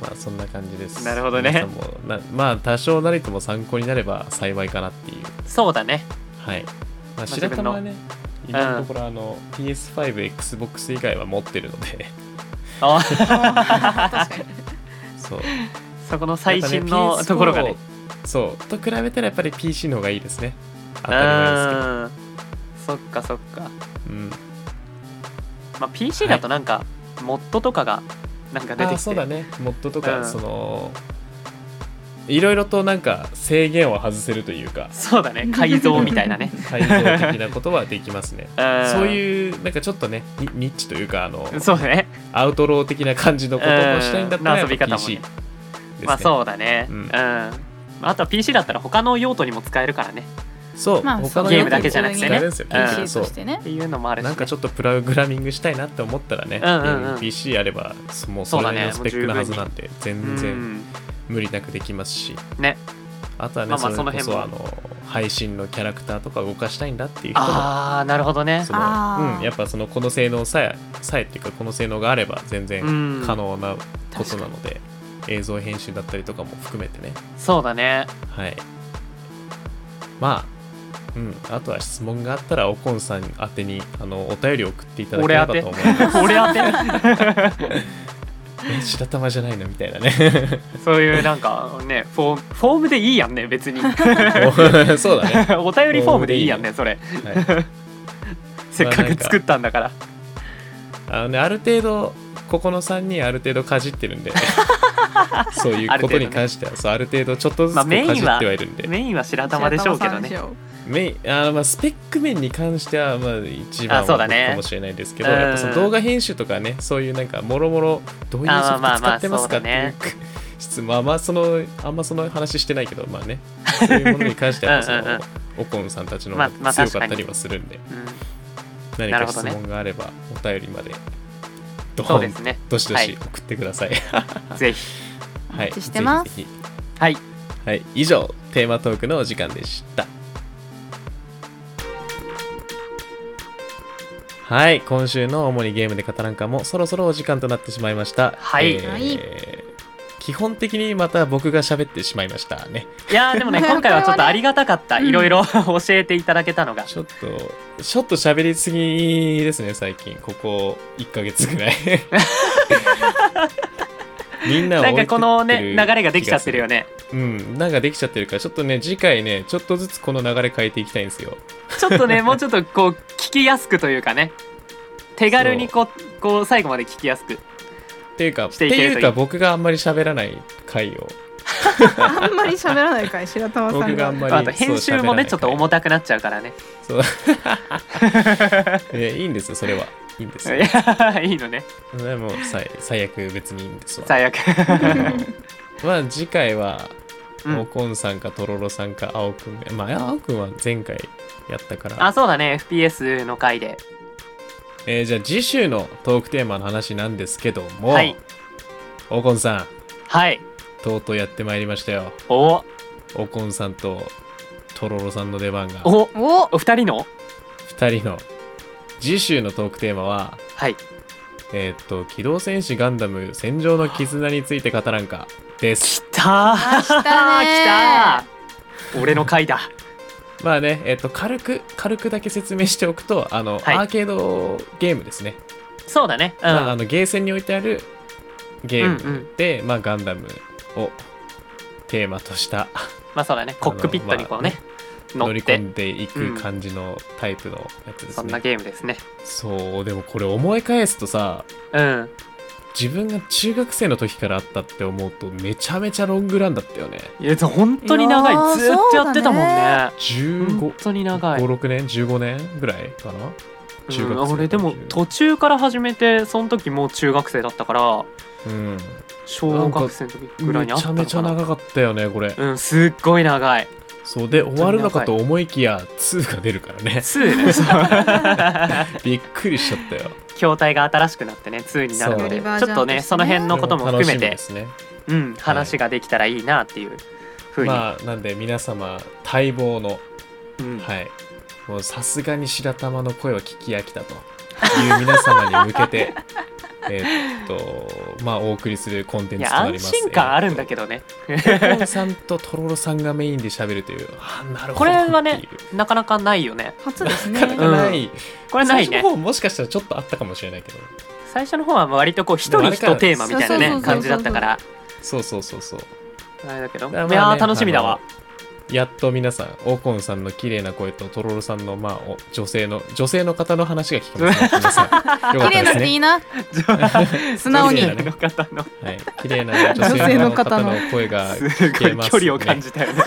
S3: まあそんな感じです
S4: なるほどね
S3: 皆さんもなまあ多少なりとも参考になれば幸いかなっていう
S4: そうだね
S3: はい、まあ、
S4: 自分
S3: 白玉
S4: の
S3: はね今のところあの PS5XBOX 以外は持ってるの で
S4: あ
S1: あー確かに
S3: そう
S4: そこの最新のところがね
S3: やっぱそうと比べたらやっぱり PC の方がいいですね当たり前で
S4: うんそっかそっ
S3: すけ
S4: か、
S3: ど、うん、
S4: まあ、PC だとなんか、モッドとかがなんか出て
S3: あ
S4: き
S3: ー
S4: て
S3: そうだねモッドとか、
S4: うん
S3: そのいろいろとなんか制限を外せるというか
S4: そうだね改造みたいな ね
S3: 改造的なことはできますねそう
S4: う
S3: いうなんかちょっとねニニッチというかあの
S4: んそうだね
S3: アウトロー的な感じのことをしたいんだったら
S4: うん
S3: やっぱ
S4: 遊び方も
S3: PC
S4: ね
S3: ですね
S4: まあそうだね
S3: う
S4: うんん、あとは PC だったら他の用途にも使えるからね
S3: そう、
S1: まあ
S3: 他の
S4: ゲームだけじゃなくてね
S3: 使えるんですよ
S4: うん
S3: PC そ
S1: PC
S3: う
S1: としてね
S4: っていうのもあるし、ね、
S3: なんかち
S4: ょっ
S3: ょっとプログラミングしたいなって思ったらね、
S4: うんうんうん
S3: PC あればもうそれなりのスペックなはずなんて全然無理なくできますし、
S4: ね
S3: あとはね、
S4: まあまあ
S3: それこそ
S4: その
S3: あ
S4: 辺
S3: の配信のキャラクターとか動かしたいんだっていう人も
S4: ああなるほどね
S3: その
S1: あー
S3: うん、やっぱそのこの性能さえさえっていうかこの性能があれば全然
S4: うん
S3: 可能なことなので、映像編集だったりとかも含めてね
S4: そうだね
S3: はいまあうんあとは質問があったらおこんさん宛てにあのお便りを送っていただければと思います
S4: 俺当 て
S3: え 白玉じゃないのみたいな ね
S4: そういうなんかねフォーフォームでいいやんね別 に
S3: もうそうだね、
S4: お便りフォームでいいやんねそれ
S3: はい、
S4: せっかく作ったんだから
S3: あのねある程度ここの3人ある程度かじってる んでそうい
S4: あ
S3: う
S4: る
S3: こと
S4: 程度
S3: に
S4: ね
S3: 関してはそうある程度ちょっとずつ
S4: ま
S3: こう
S4: あメイン
S3: か
S4: は
S3: じってはいるんで、
S4: メインは白玉でしょうけど
S1: 白玉さ
S4: ね
S1: んでしょ
S3: メインあのまあスペック面に関してはまあ一番
S4: あそうだね
S3: かもしれないですけど、
S4: うん
S3: やっぱその動画編集とかねそういうなんかもろもろどういうソ
S4: あ
S3: フ
S4: ま
S3: ト
S4: あま
S3: 使
S4: あ
S3: ってますかっていう
S4: そ
S3: 質問あんまそのあんまその話してないけどまあねそういうものに関しては
S4: うん
S3: そ
S4: うんうん
S3: のオコンさんたちの
S4: まあ
S3: 方
S4: ま
S3: が
S4: あ
S3: 強
S4: 確
S3: か
S4: か
S3: っ
S4: に
S3: たりはするんで、
S4: うん
S3: 何
S4: なる
S3: か
S4: ほど
S3: 質
S4: ね
S3: 問があればお便りまでど
S4: そう
S3: う
S4: ですね
S3: どしど
S4: は
S3: し
S4: い
S3: 送ってくださ い
S4: ぜひ
S1: お
S3: はい
S1: 待ちしてます
S3: ぜひぜ
S4: はい
S3: ひはい以上テーマトークのお時間でしたはい今週の主にゲームで語らんかもそろそろお時間となってしまいました
S4: はい
S1: はい
S3: 基本的にまた僕が喋ってしまいましたね
S4: いや ーでもね今回はちょっとありがたかった、
S1: うん
S4: いろいろ教えていただけた のが
S3: ちょっとちょっと喋りすぎですね最近ここ1ヶ月ぐ らいみんなを
S4: なんかこのね流れができちゃってるよ
S3: ね
S4: ね
S3: うん、なんかできちゃってるから、ちょっとね、次回ね、ちょっとずつこの流れ変えていきたいんですよ。
S4: ちょっとねもうちょっとこう聞きやすくというかね手軽にこうこう最後まで聞きやすく
S3: っていうか、っ
S4: してていけるといい
S3: いうか、僕があんまり喋らない回を、
S1: あんまり喋らないかい白玉さん
S3: 僕があ
S1: が
S3: んまり。
S4: あと編集もねちょっと重
S3: た
S4: たくなっちゃうからね
S3: そう。えいいんですよ、それは。いいんで
S4: い
S3: すよ。
S4: やいいのね
S3: でも最、最悪別にいいんですわ。
S4: 最悪
S3: あのまあ、次回は、
S4: うん
S3: おこんさんか、とろろさんか、あおくんが。まあ、あおくんは前回やったから。
S4: あそうだね FPS の回で
S3: えーじゃあ、次週のトークテーマの話なんですけども、
S4: はい
S3: おこんさん、
S4: はい
S3: とうとうやってまいりましたよ。
S4: お
S3: おこんさんととろろさんの出番が
S4: お
S1: お
S4: お二人の
S3: 2人の次週のトークテーマは
S4: はい
S3: 「えーっと機動戦士ガンダム戦場の絆について語らんか」です
S4: 来たー
S1: 来たね
S4: 来たー俺の回だ
S3: まあねえーっと軽く軽くだけ説明しておくとあの、
S4: はい
S3: アーケードゲームですね、
S4: そうだねうん、
S3: まあ、あのゲーセンに置いてあるゲー
S4: うんう
S3: ムで、まあ、ガンダムをテーマとした
S4: まあそうだねコックピットにこうね、
S3: 乗
S4: 乗
S3: り
S4: って
S3: 込んでいく感じのタイプのやつですね、
S4: そんなゲームですね
S3: そうでもこれ思い返すとさ
S4: うん
S3: 自分が中学生の時からあったって思うとめちゃめちゃロングランだったよね
S4: いや本当に長
S1: いやー
S4: いずーっとやってたもん
S1: そうだ
S4: ね本
S3: 15
S4: 当に長い、
S3: 56年15年ぐらいかな中
S4: う
S3: 学
S4: ん、
S3: 生
S4: 俺でも途中から始めてその時もう中学生だったから
S3: うん
S4: 小学生の時ぐら
S3: め
S4: いにあっ
S3: ち
S4: た
S3: ゃ
S4: のかな
S3: めちゃ長かったよねこれ
S4: うんすっごい長い
S3: そうで終わるのかと思いきや2が出るからね
S4: 2ねそう
S3: びっくりしちゃったよ
S4: 筐体が新しくなってね2になるので
S1: そう
S4: ちょっとねその辺のことも含
S3: 楽し
S4: め
S3: み
S4: て
S3: で、すね
S4: うん、話ができたらいいなっていうふうに、
S3: まあなんで皆様待望の
S4: うん
S3: はいもうさすがに白玉の声は聞き飽きたという皆様に向け てえーっとまあお送りするコンテン
S4: い
S3: ツと
S4: や
S3: なりま
S4: 安
S3: す
S4: 心感あるんだ
S3: けど
S4: けどね、
S3: コンさんととろろさんがメインで喋るというあなるほど
S4: これはね
S3: っていう
S4: なかなかないよね
S1: 初ですね
S3: なかなかない、
S4: これない
S3: 最初の方
S4: ね
S3: もしかしたらちょっとあったかもしれないけど
S4: 最初の方は割とこう一人一テーマみたい
S1: でもあれ
S4: なね
S1: から
S4: 感じだったから
S3: そうそうそうそう
S4: あれだけど、
S3: まあ
S4: いや
S3: まあ
S4: ー
S3: ね
S4: 楽しみだわ
S3: やっと皆さん、オコンさんの綺麗な声とトロロさんの、まあ、お女性の、女性の方の話が聞け ますね。皆さん。よか
S1: 綺
S3: っ
S1: 麗
S3: た
S1: なくて
S3: です
S1: い
S3: ね。
S1: いな素直 に
S3: 綺麗だ
S4: 女性の方の
S3: はい、綺麗な女性の方 の声が
S4: す
S3: 聞
S4: ご
S3: け
S4: い
S3: ます、
S4: 距
S3: ね。
S4: 離を感じたよね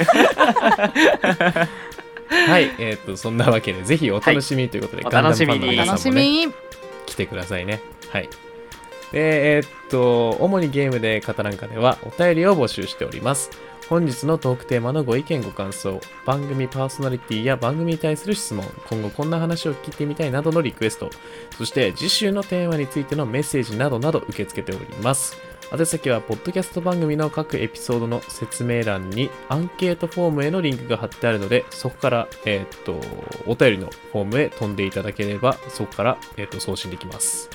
S3: はい、えっ、と、そんなわけで、ぜひお楽しみということで、
S4: はい
S3: ガンダムファンの
S4: お
S1: 楽
S3: 皆さ
S1: し
S3: んもね、
S1: み
S3: 来てくださいね。はい。で、えーっと、主にゲームで語らんかではお便りを募集しております。本日のトークテーマのご意見ご感想、番組パーソナリティや番組に対する質問、今後こんな話を聞いてみたいなどのリクエスト、そして次週のテーマについてのメッセージなどなど受け付けております。宛先は、ポッドキャスト番組の各エピソードの説明欄にアンケートフォームへのリンクが貼ってあるので、そこから、えーっと、お便りのフォームへ飛んでいただければ、そこから、えーっと、送信できます。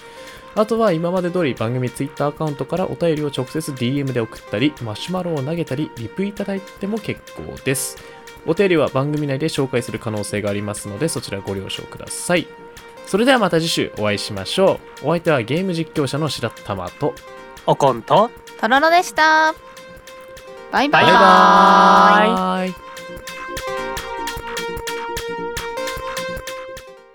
S3: あとは今まで通り番組ツイッターアカウントからお便りを直接 DM で送ったり、マシュマロを投げたり、リプいただいても結構です。お便りは番組内で紹介する可能性がありますので、そちらご了承ください。それではまた次週お会いしましょう。お相手はゲーム実況者の白玉と、
S4: おこんと
S1: とろろでしたバイバ
S4: バイ
S1: イ
S4: バーイ
S3: バイ。